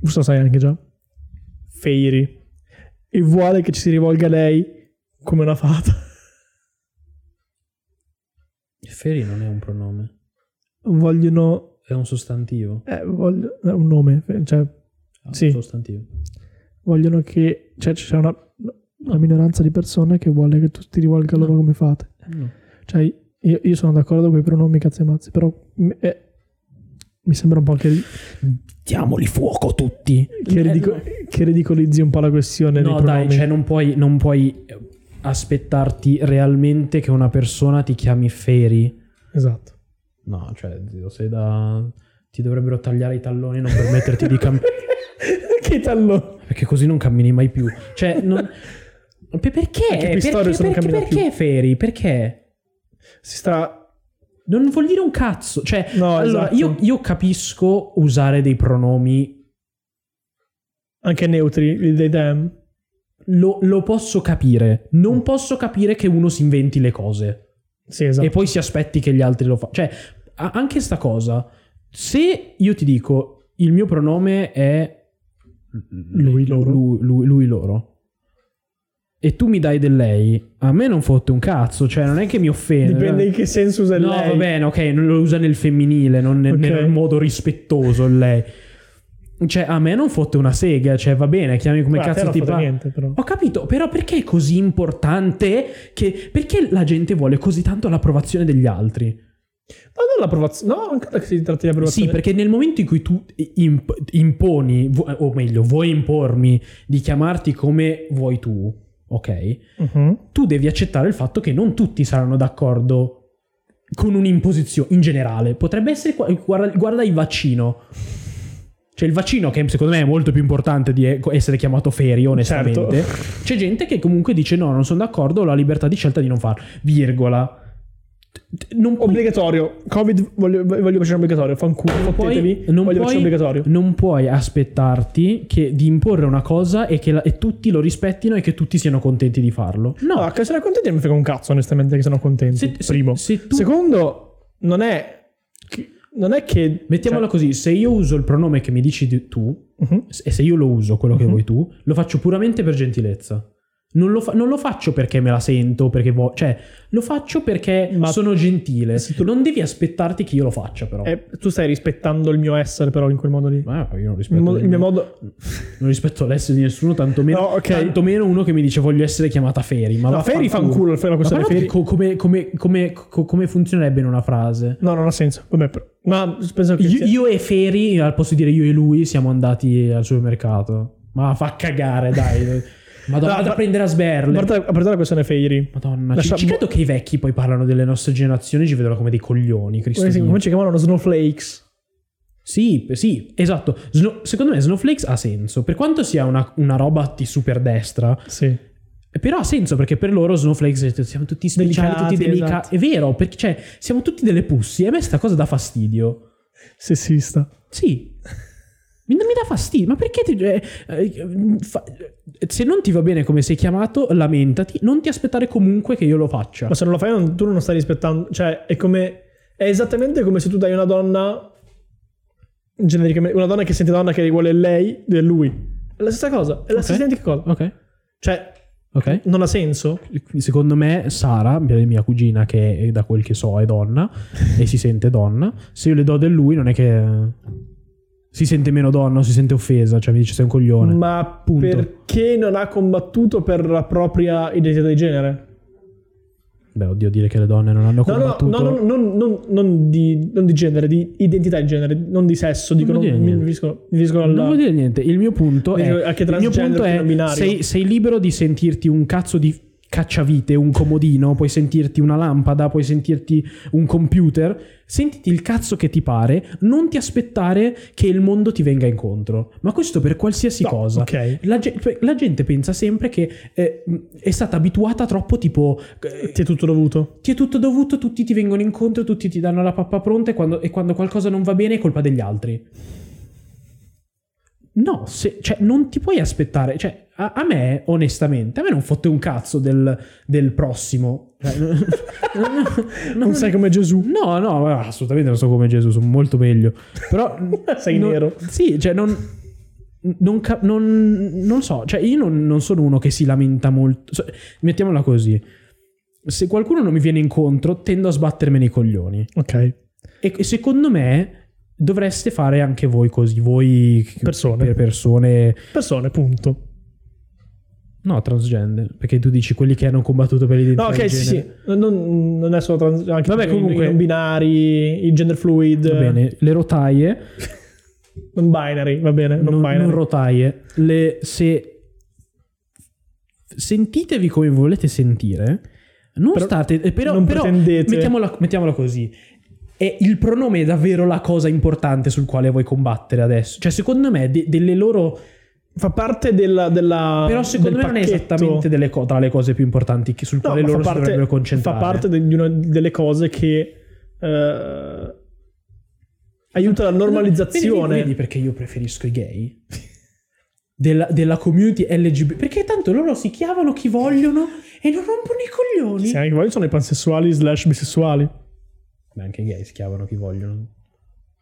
S1: lo sai anche già, Feiri, e vuole che ci si rivolga a lei come una fata.
S2: Feri non è un pronome.
S1: Vogliono,
S2: È un sostantivo.
S1: eh, voglio- eh, un nome, cioè,
S2: Ah,
S1: Sì.
S2: Un sostantivo.
S1: vogliono che, cioè c'è una, una minoranza di persone che vuole che tu ti rivolga a loro
S2: Mm.
S1: come fate.
S2: No.
S1: Cioè, io, io sono d'accordo con i pronomi cazzo e mazzi, però m- eh, mi sembra un po' che,
S2: Diamoli fuoco tutti. Eh,
S1: che ridico- che ridicolizzi un po' la questione dei
S2: No,
S1: pronomi.
S2: dai, cioè non puoi, non puoi eh, aspettarti realmente che una persona ti chiami Feri.
S1: Esatto.
S2: No, cioè, zio, sei da... Ti dovrebbero tagliare i talloni e non permetterti di camminare.
S1: che tallone?
S2: Perché così non cammini mai più. Cioè, non... Pe- Perché?
S1: Anche
S2: Perché,
S1: Pistorius
S2: perché,
S1: non cammina
S2: perché Feri? Perché?
S1: Si sta.
S2: Non vuol dire un cazzo. Cioè,
S1: No,
S2: allora,
S1: esatto.
S2: io, io capisco usare dei pronomi
S1: Anche neutri, il dei them.
S2: lo, lo posso capire. Non posso capire che uno si inventi le cose
S1: Sì, esatto.
S2: e poi si aspetti che gli altri lo facciano. Cioè, a- anche sta cosa. Se io ti dico il mio pronome è
S1: Lui, loro.
S2: lui, lui- lui, loro. E tu mi dai del lei, a me non fotte un cazzo, cioè non è che mi offende.
S1: Dipende in che senso usa il
S2: No,
S1: lei.
S2: va bene, ok, non lo usa nel femminile, non nel,
S1: Ok.
S2: nel modo rispettoso il lei. Cioè, a me non fotte una sega, cioè va bene, chiami come
S1: Ma a Ah, te
S2: cazzo
S1: non
S2: ti
S1: frega
S2: pare.
S1: niente, però.
S2: Ho capito, però perché è così importante che... Perché la gente vuole così tanto l'approvazione degli altri?
S1: Ma non l'approvazione. No, anche che si tratti di approvazione.
S2: Sì, perché nel momento in cui tu imp- imponi, vu- eh, o meglio, vuoi impormi di chiamarti come vuoi tu, ok?
S1: Mhm.
S2: Tu devi accettare il fatto che non tutti saranno d'accordo con un'imposizione in generale. Potrebbe essere... qua- Guarda, guarda il vaccino. Cioè il vaccino che secondo me è molto più importante di e- essere chiamato Feri, onestamente.
S1: Certo.
S2: C'è gente che comunque dice no, non sono d'accordo, ho la libertà di scelta di non farlo, virgola. T- t- Non puoi,
S1: Obbligatorio. Covid, voglio, voglio facere obbligatorio. Fanculo, fottetevi.
S2: non
S1: voglio
S2: puoi-
S1: facere obbligatorio.
S2: non puoi aspettarti che- di imporre una cosa e che la- e tutti lo rispettino e che tutti siano contenti di farlo. No,
S1: No, che se ne contenti non mi frega un cazzo, onestamente, che sono contenti.
S2: se, se-
S1: Ah, Primo.
S2: se tu...
S1: Secondo, non è. che- Non è che.
S2: Mettiamola così, se io uso il pronome che mi dici di- tu,
S1: cioè, mhm.
S2: e se io lo uso quello che
S1: Mhm.
S2: vuoi tu, lo faccio puramente per gentilezza. Non lo, fa- non lo faccio perché me la sento, perché vo- cioè, lo faccio perché
S1: Ma-
S2: sono gentile.
S1: Se tu-
S2: Non devi aspettarti che io lo faccia, però.
S1: Eh, tu stai rispettando il mio essere, però, in quel modo lì.
S2: Ma io non
S1: Il,
S2: rispetto,
S1: mo- il mio
S2: non
S1: modo.
S2: rispetto l'essere di nessuno, tantomeno,
S1: No, ok.
S2: tantomeno uno che mi dice voglio essere chiamata Feri. Ma
S1: No,
S2: va-
S1: Ferri fa un culo,
S2: fanculo.
S1: la
S2: Ma
S1: questione
S2: guardate
S1: Ferri.
S2: co- come, come- come- co- come funzionerebbe in una frase?
S1: No, non ha senso. Vabbè, però- ma penso che
S2: Io,
S1: sia-
S2: io e Feri, al posto di dire io e lui, siamo andati al supermercato. Ma fa cagare, dai. Madonna,
S1: No,
S2: vado a
S1: ma-
S2: prendere a
S1: a
S2: sberle.
S1: parte, a parte la questione Feiri.
S2: Madonna,
S1: Lascia-
S2: ci, ci credo che i vecchi poi parlano delle nostre generazioni ci vedono come dei coglioni, Cristo
S1: Come si-
S2: Dio.
S1: come ci chiamavano snowflakes?
S2: Sì, p- sì, esatto. Sno- secondo me Snowflakes ha senso. Per quanto sia una, una roba di super destra,
S1: Sì.
S2: Eh, però ha senso perché per loro Snowflakes siamo tutti speciali,
S1: Delicati,
S2: tutti delicati.
S1: esatto.
S2: È vero, perché cioè, siamo tutti delle pussi e a me sta cosa dà fastidio.
S1: Sessista.
S2: Sì. Mi, mi dà fastidio, ma perché ti- eh, eh, fa- se non ti va bene come sei chiamato, lamentati, non ti aspettare comunque che io lo faccia.
S1: Ma se non lo fai, non- tu non lo stai rispettando. Cioè, è come. È esattamente come se tu dai una donna. Genericamente, una donna che sente donna che vuole lei e lui. È la stessa cosa. È la
S2: Ok.
S1: stessa identica cosa.
S2: Ok,
S1: Cioè,
S2: ok.
S1: non ha senso.
S2: Secondo me Sara, mia mia cugina che è- da quel che so è donna e si sente donna, se io le do del lui non è che eh, si sente meno donna o si sente offesa, cioè mi dice sei un coglione.
S1: Ma
S2: Punto.
S1: perché non ha combattuto per la propria identità di genere?
S2: Beh, oddio dire che le donne non hanno
S1: No, no,
S2: combattuto.
S1: no, no, non, non- non di, non di genere, di identità di genere, non di sesso. Dico,
S2: Non
S1: non
S2: vuol dire
S1: mi
S2: niente.
S1: riferisco, mi riferisco
S2: Non
S1: alla-
S2: vuol dire niente, il mio punto è,
S1: Dico, anche
S2: il mio
S1: transgender,
S2: punto
S1: non
S2: è
S1: binario.
S2: sei, sei libero di sentirti un cazzo di cacciavite, un comodino, puoi sentirti una lampada, puoi sentirti un computer, sentiti il cazzo che ti pare, non ti aspettare che il mondo ti venga incontro, ma questo per qualsiasi
S1: No,
S2: cosa.
S1: Ok.
S2: La, ge- cioè, la gente pensa sempre che eh, mh, è stata abituata troppo tipo eh,
S1: Ti è tutto dovuto.
S2: ti è tutto dovuto, tutti ti vengono incontro, tutti ti danno la pappa pronta e quando, e quando qualcosa non va bene è colpa degli altri. No, se- cioè, non ti puoi aspettare. Cioè, a, a me, onestamente, a me non fotte un cazzo del, del prossimo. Cioè, no, no,
S1: non
S2: no,
S1: sei come Gesù.
S2: No, no, ma assolutamente non so come Gesù, sono molto meglio. Però
S1: Sei
S2: non-
S1: nero.
S2: Sì, cioè non non, cap- non- non so, cioè io non, non sono uno che si lamenta molto. so- mettiamola così. Se qualcuno non mi viene incontro, tendo a sbattermene i coglioni.
S1: Ok.
S2: E e secondo me dovreste fare anche voi così, voi
S1: Persone.
S2: per persone
S1: Persone, punto.
S2: no transgender, perché tu dici quelli che hanno combattuto per l'identità
S1: No, ok,
S2: di
S1: sì,
S2: genere.
S1: sì. Non, non è solo trans, anche
S2: Vabbè,
S1: i-
S2: comunque-
S1: i non binari, il gender fluid,
S2: Va bene, le rotaie
S1: non binary, va bene, non,
S2: non,
S1: binary.
S2: non rotaie. Le- se sentitevi come volete sentire, non
S1: Però-
S2: state. eh, Però,
S1: non
S2: però
S1: pretendete.
S2: mettiamola, mettiamola così. E il pronome è davvero la cosa importante sul quale vuoi combattere adesso. Cioè, secondo me, de- delle loro.
S1: fa parte della, della
S2: Però, secondo me,
S1: del
S2: non è
S1: pacchetto.
S2: esattamente delle co- tra le cose più importanti che- sul
S1: No,
S2: quale
S1: ma
S2: loro
S1: fa
S2: si dovrebbero
S1: parte, fa
S2: concentrare.
S1: parte de- di una delle cose che eh, aiuta la normalizzazione.
S2: Vedi, vedi perché io preferisco i gay? Della, della community LGBT. Perché tanto loro si chiamano chi vogliono e non rompono i coglioni.
S1: Sì, anche quelli sono i pansessuali slash bisessuali.
S2: Beh, anche i gay si chiamano chi vogliono.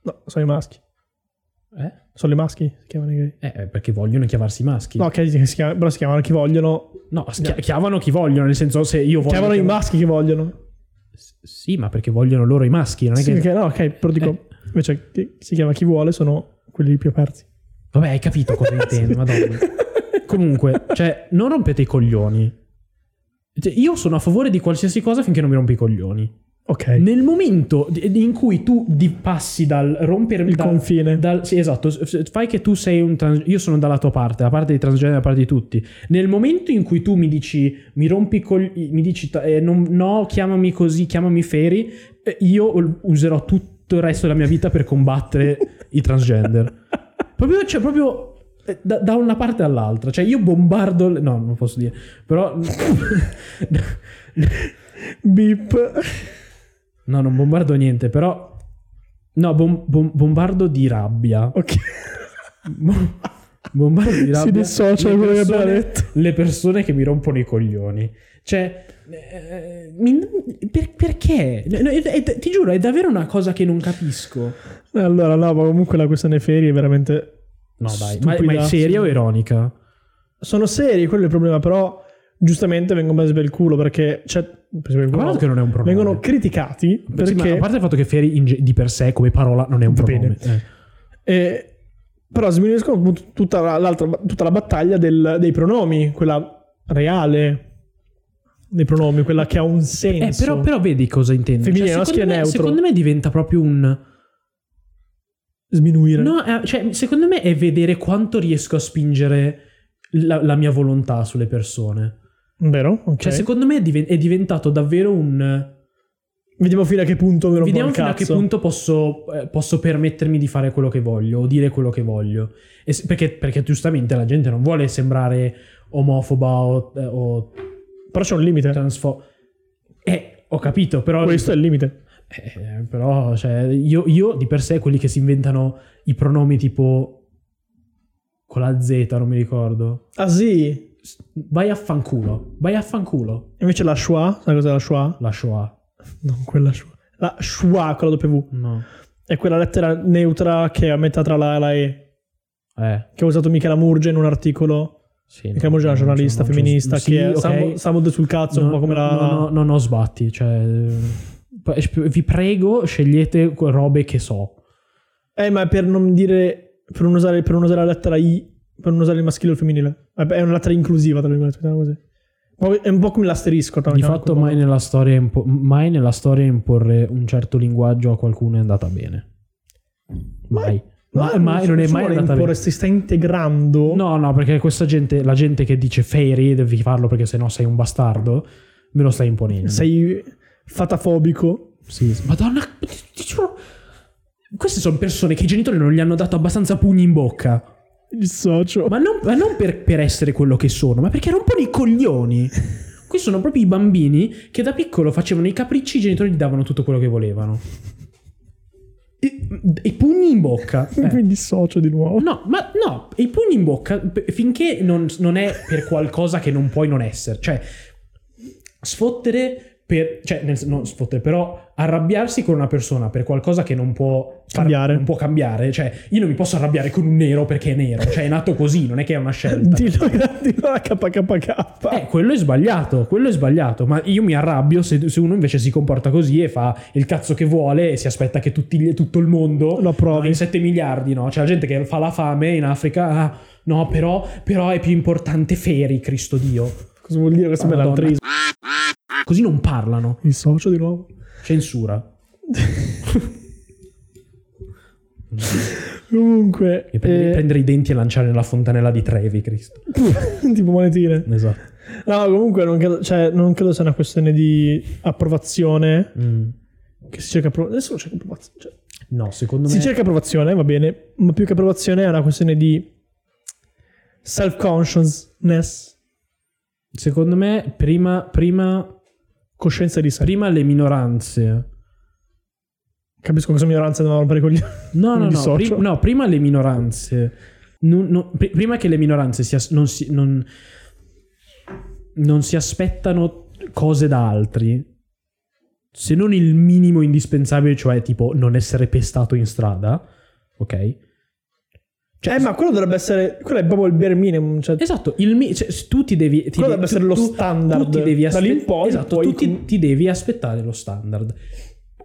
S1: No, sono i maschi.
S2: Eh?
S1: Sono i maschi, si chiamano i gay.
S2: Eh, perché vogliono chiamarsi maschi.
S1: No, ok, si chiama- però si chiamano chi vogliono.
S2: No, schia- chiamano chi vogliono, nel senso se io voglio...
S1: chiamano i
S2: chiamare-
S1: maschi che vogliono.
S2: S- Sì, ma perché vogliono loro i maschi, non è
S1: Sì,
S2: che...
S1: perché- no, ok, però dico,
S2: Eh.
S1: invece chi- si chiama chi vuole sono quelli più aperti.
S2: Vabbè, hai capito cosa intendo, madonna. Comunque, cioè, non rompete i coglioni. Cioè, io sono a favore di qualsiasi cosa finché non mi rompi i coglioni.
S1: Ok,
S2: Nel momento di- in cui tu di- passi dal rompermi
S1: il
S2: dal-
S1: confine.
S2: Dal- sì, esatto. S- s- Fai che tu sei un trans- Io sono dalla tua parte, la parte dei transgender, la parte di tutti. Nel momento in cui tu mi dici, mi rompi col. mi dici, ta- eh, non- no, chiamami così, chiamami Feri, eh, io ol- userò tutto il resto della mia vita per combattere i transgender. Proprio, cioè, proprio. eh, Da, da una parte all'altra, cioè io bombardo. le- No, non posso dire, però.
S1: Beep.
S2: no, non bombardo niente, però. No, bom- bom- bombardo di rabbia.
S1: Ok.
S2: Bo- Bombardo di rabbia.
S1: Si dissocia da
S2: le
S1: quello che
S2: persone-
S1: abbiamo detto.
S2: Le persone che mi rompono i coglioni. Cioè, eh, mi- per- perché? No, è- è- ti giuro, è davvero una cosa che non capisco.
S1: Allora, no, ma comunque la questione Feri è veramente...
S2: No, dai, ma, ma è
S1: Stupida.
S2: seria o ironica?
S1: Sono seri, quello è il problema, però giustamente vengono presi per il culo perché... Cioè, presi per il
S2: Ma
S1: culo,
S2: guarda che non è un problema.
S1: vengono criticati
S2: Sì, ma
S1: perché...
S2: a parte il fatto che Ferry in ge- di per sé come parola non è un
S1: Va
S2: problema.
S1: bene. eh, però sminuiscono appunto tutta la, l'altra- tutta la battaglia del- dei pronomi, quella reale dei pronomi, quella che ha un
S2: Eh,
S1: senso.
S2: però, però vedi cosa intendo. Cioè,
S1: Femminile, no,
S2: secondo,
S1: schia
S2: me,
S1: neutro.
S2: secondo me diventa proprio un...
S1: Sminuire.
S2: No, eh, cioè, secondo me è vedere quanto riesco a spingere la, la mia volontà sulle persone.
S1: Vero? Ok.
S2: Cioè, secondo me è, diven- è diventato davvero un.
S1: Vediamo fino a che punto me lo
S2: vediamo
S1: il
S2: fino a che
S1: cazzo.
S2: punto posso, eh, posso permettermi di fare quello che voglio o dire quello che voglio. E se- perché, perché giustamente la gente non vuole sembrare omofoba o, eh, o
S1: Però c'è un limite.
S2: transfo- Eh, ho capito, però.
S1: Questo è il limite.
S2: Eh, però, cioè, io, io di per sé quelli che si inventano i pronomi tipo con la Z, non mi ricordo.
S1: Ah sì,
S2: S- Vai a fanculo, vai a fanculo.
S1: invece la Schwa, sai cos'è la Schwa?
S2: La Shoah.
S1: Non quella Schwa. La Schwa con la W.
S2: No.
S1: È quella lettera neutra che è a metà tra la E e la E.
S2: Eh,
S1: Che ha usato Michela Murge in un articolo.
S2: sì.
S1: Michela Murge è una giornalista femminista che è Samo- Samod sul cazzo, un po' come la...
S2: No, no, no, no, sbatti, cioè... eh, p- Vi prego, scegliete que- robe che so.
S1: Eh, ma è per non dire. Per non usare, per non usare la lettera I. Per non usare il maschile o il femminile. Vabbè, È una lettera inclusiva, tra virgolette. mettiamola così. Poi È un po' come l'asterisco. tra-
S2: Di fatto mai nella, storia impo- mai nella storia imporre un certo linguaggio a qualcuno è andata bene. Mai. Ma,
S1: No,
S2: mai, non è
S1: si
S2: mai
S1: vuole
S2: andata
S1: imporre,
S2: bene.
S1: Si sta integrando.
S2: No, no, perché questa gente, la gente che dice fairy, devi farlo perché sennò sei un bastardo, me lo stai imponendo.
S1: Sei fatafobico.
S2: Sì, sì. Madonna, ti, ti giuro. Queste sono persone che i genitori non gli hanno dato abbastanza pugni in bocca.
S1: Il socio.
S2: Ma non, ma non per, per essere quello che sono, ma perché rompono i coglioni. Questi sono proprio i bambini che da piccolo facevano i capricci, i genitori gli davano tutto quello che volevano. E, e pugni in bocca. Eh.
S1: Quindi socio di nuovo.
S2: No, ma no, i pugni in bocca p- finché non, non è per qualcosa che non puoi non essere. Cioè, sfottere per... Cioè, nel sen- non sfottere, però arrabbiarsi con una persona per qualcosa che non può... far-
S1: Cambiare.
S2: Non può cambiare. Cioè, io non mi posso arrabbiare con un nero perché è nero. Cioè, è nato così, non è che è una scelta.
S1: Dillo, dillo la KKK.
S2: Eh, quello è sbagliato, quello è sbagliato, ma io mi arrabbio se, se uno invece si comporta così e fa il cazzo che vuole e si aspetta che tutti gli- tutto il mondo
S1: Lo approvi.
S2: No, in 7 miliardi, no? C'è la gente che fa la fame in Africa, ah, no, però, però è più importante Feri, Cristo Dio.
S1: Cosa vuol dire questo
S2: Madonna.
S1: bell'altrismo?
S2: Così non parlano,
S1: Il socio di nuovo.
S2: censura.
S1: Comunque.
S2: E prendere,
S1: eh,
S2: prendere i denti e lanciare nella fontanella di Trevi, Cristo.
S1: tipo monetine.
S2: Esatto.
S1: No, comunque non credo, cioè, non credo sia una questione di approvazione. Che si cerca appro- adesso cerca approvazione. cioè,
S2: Mm. No, secondo
S1: si
S2: me...
S1: cerca approvazione, va bene, ma più che approvazione è una questione di self-consciousness,
S2: Secondo me, prima, prima,
S1: coscienza di sé.
S2: prima le minoranze...
S1: Capisco che sono minoranza devono rompere i coglioni.
S2: No,
S1: Mi
S2: no, no,
S1: dissocio.
S2: pri- no, prima le minoranze. Non- non- pri- prima che le minoranze si as- non, si, non- non si aspettano cose da altri, se non il minimo indispensabile, cioè tipo non essere pestato in strada, ok?
S1: Cioè, eh, ma quello dovrebbe essere. Quello è proprio il bare minimum. Cioè,
S2: Esatto, il mi- cioè, se tu ti devi... Ti
S1: Quello dovrebbe
S2: tu-
S1: essere lo
S2: tu-
S1: standard.
S2: Tu ti devi
S1: Da lì in
S2: aspettare...
S1: poi
S2: Esatto,
S1: puoi
S2: tu ti,
S1: com-
S2: ti devi aspettare lo standard.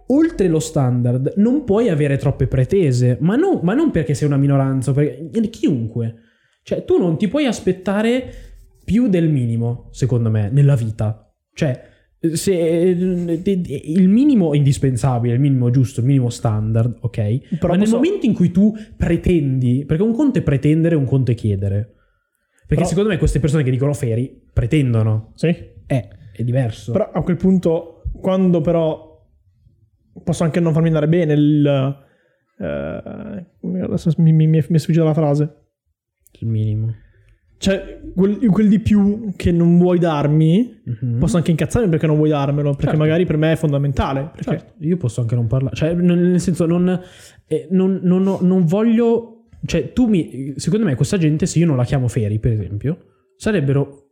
S2: Oltre lo standard non puoi avere troppe pretese, ma, no- ma non perché sei una minoranza, perché chiunque. Cioè, tu non ti puoi aspettare più del minimo, secondo me, nella vita. Cioè, se, eh, il minimo indispensabile, il minimo giusto, il minimo standard, ok?
S1: però
S2: ma nel
S1: posso-
S2: momento in cui tu pretendi, perché un conto è pretendere, un conto è chiedere. Perché
S1: Però-
S2: secondo me queste persone che dicono feri pretendono.
S1: Sì.
S2: Eh, è diverso.
S1: Però a quel punto, quando però posso anche non farmi andare bene il. eh, adesso mi, mi, mi è mi è sfuggita la frase.
S2: Il minimo.
S1: Cioè, quel, quel di più che non vuoi darmi,
S2: Mhm.
S1: posso anche incazzarmi perché non vuoi darmelo, perché
S2: Certo.
S1: magari per me è fondamentale. Perché
S2: Certo, io posso anche non parlare. Cioè, non- nel senso, non, eh, non- non ho- non voglio... Cioè, tu mi... Secondo me questa gente, se io non la chiamo Feri, per esempio, sarebbero...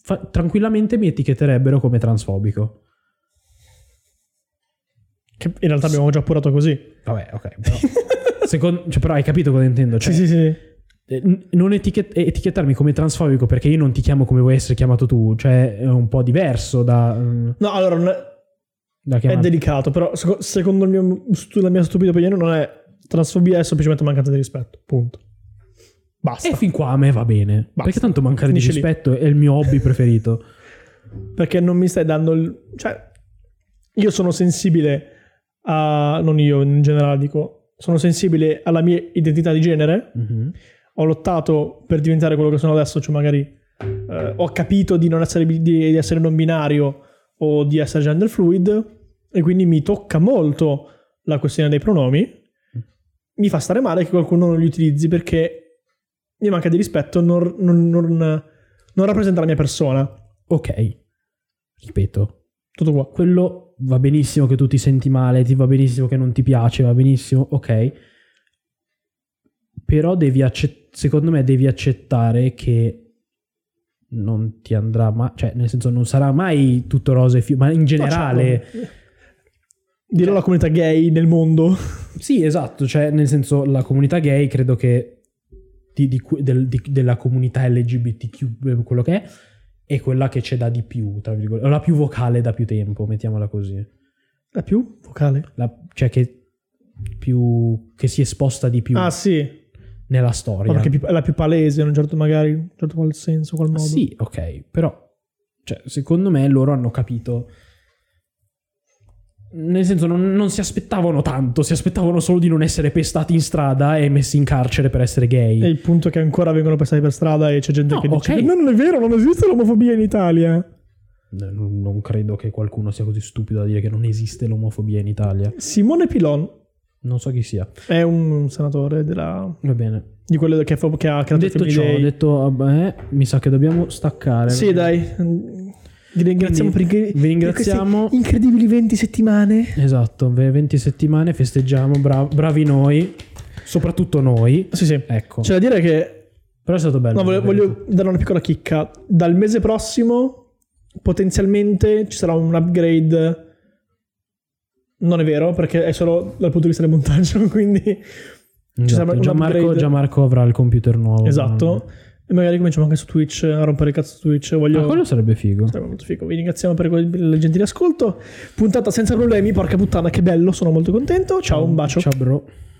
S2: fa- tranquillamente mi etichetterebbero come transfobico.
S1: che in realtà abbiamo già appurato così.
S2: Vabbè, ok. Però, secondo- cioè, però hai capito cosa intendo. Cioè,
S1: Sì, sì, sì.
S2: eh, n- non etichet- eh, etichettarmi come transfobico perché io non ti chiamo come vuoi essere chiamato tu, cioè è un po' diverso da, mm,
S1: No, allora, non è,
S2: da
S1: è
S2: chiamare.
S1: delicato, però seco- secondo il mio stu- la mia stupida opinione non è transfobia, è semplicemente mancanza di rispetto. Punto. Basta.
S2: e fin qua a me va bene.
S1: Basta.
S2: Perché tanto mancare
S1: Finisce
S2: di
S1: lì.
S2: rispetto è il mio hobby preferito.
S1: perché non mi stai dando il... Cioè, io sono sensibile a... Non io, in generale dico... Sono sensibile alla mia identità di genere.
S2: Mhm.
S1: ho lottato per diventare quello che sono adesso, cioè magari eh, ho capito di non essere, bi- di, di essere non binario o di essere gender fluid e quindi mi tocca molto la questione dei pronomi. Mi fa stare male che qualcuno non li utilizzi perché mi manca di rispetto, non, non- non- non rappresenta la mia persona.
S2: Ok, ripeto,
S1: Tutto qua.
S2: quello va benissimo che tu ti senti male, ti va benissimo che non ti piace, va benissimo, ok. Però devi accettare. secondo me devi accettare che non ti andrà mai, cioè nel senso non sarà mai tutto rose e fi- ma in
S1: certo.
S2: generale Cioè
S1: Dirò alla comunità gay nel mondo.
S2: sì, esatto, cioè nel senso la comunità gay credo che di- di cui- del- di- della comunità LGBTQ, eh, quello che è, è quella che c'è da di più, tra virgolette, o la più vocale da più tempo, mettiamola così.
S1: La più? Vocale.
S2: La- cioè che, più, che si esposta di più
S1: Ah, sì.
S2: nella
S1: Ma
S2: storia.
S1: perché è più- è la più palese in un certo, magari, in un certo qual senso, qual modo.
S2: Ah, Sì, ok, però cioè, secondo me loro hanno capito. Nel senso, non, non si aspettavano tanto, si aspettavano solo di non essere pestati in strada e messi in carcere per essere gay.
S1: E il punto è che ancora vengono passati per strada e c'è gente
S2: No,
S1: che dice
S2: ok.
S1: che no, non è vero, non esiste l'omofobia in Italia.
S2: No, Eh, Non, non credo che qualcuno sia così stupido da dire che non esiste l'omofobia in Italia.
S1: Simone Pilon
S2: Non so chi sia.
S1: è un senatore della-
S2: Va bene.
S1: di quello che, fa- che ha creato
S2: detto
S1: il
S2: ciò,
S1: Family Day.
S2: detto, vabbè, mi sa che dobbiamo staccare.
S1: Sì, dai. Vi ringraziamo per,
S2: Vi ringraziamo.
S1: queste incredibili 20 settimane.
S2: Esatto, ve- 20 settimane festeggiamo, bra- bravi noi, soprattutto noi.
S1: Sì, sì.
S2: Ecco.
S1: C'è da dire che
S2: Però è stato bello.
S1: Cioè, No, voglio, voglio dare una piccola chicca. Dal mese prossimo, potenzialmente ci sarà un upgrade. Non è vero, perché è solo dal punto di vista del montaggio, quindi ci sarà
S2: Esatto,
S1: un
S2: Gianmarco,
S1: upgrade.
S2: Gianmarco avrà il computer nuovo.
S1: esatto. E magari cominciamo anche su Twitch a rompere il cazzo su Twitch.
S2: Ma
S1: Voglio.
S2: Ah, quello sarebbe figo.
S1: Sarebbe molto figo. Vi ringraziamo per il gentile ascolto. Puntata senza problemi, porca puttana, che bello, sono molto contento. Ciao, un bacio.
S2: Ciao, bro.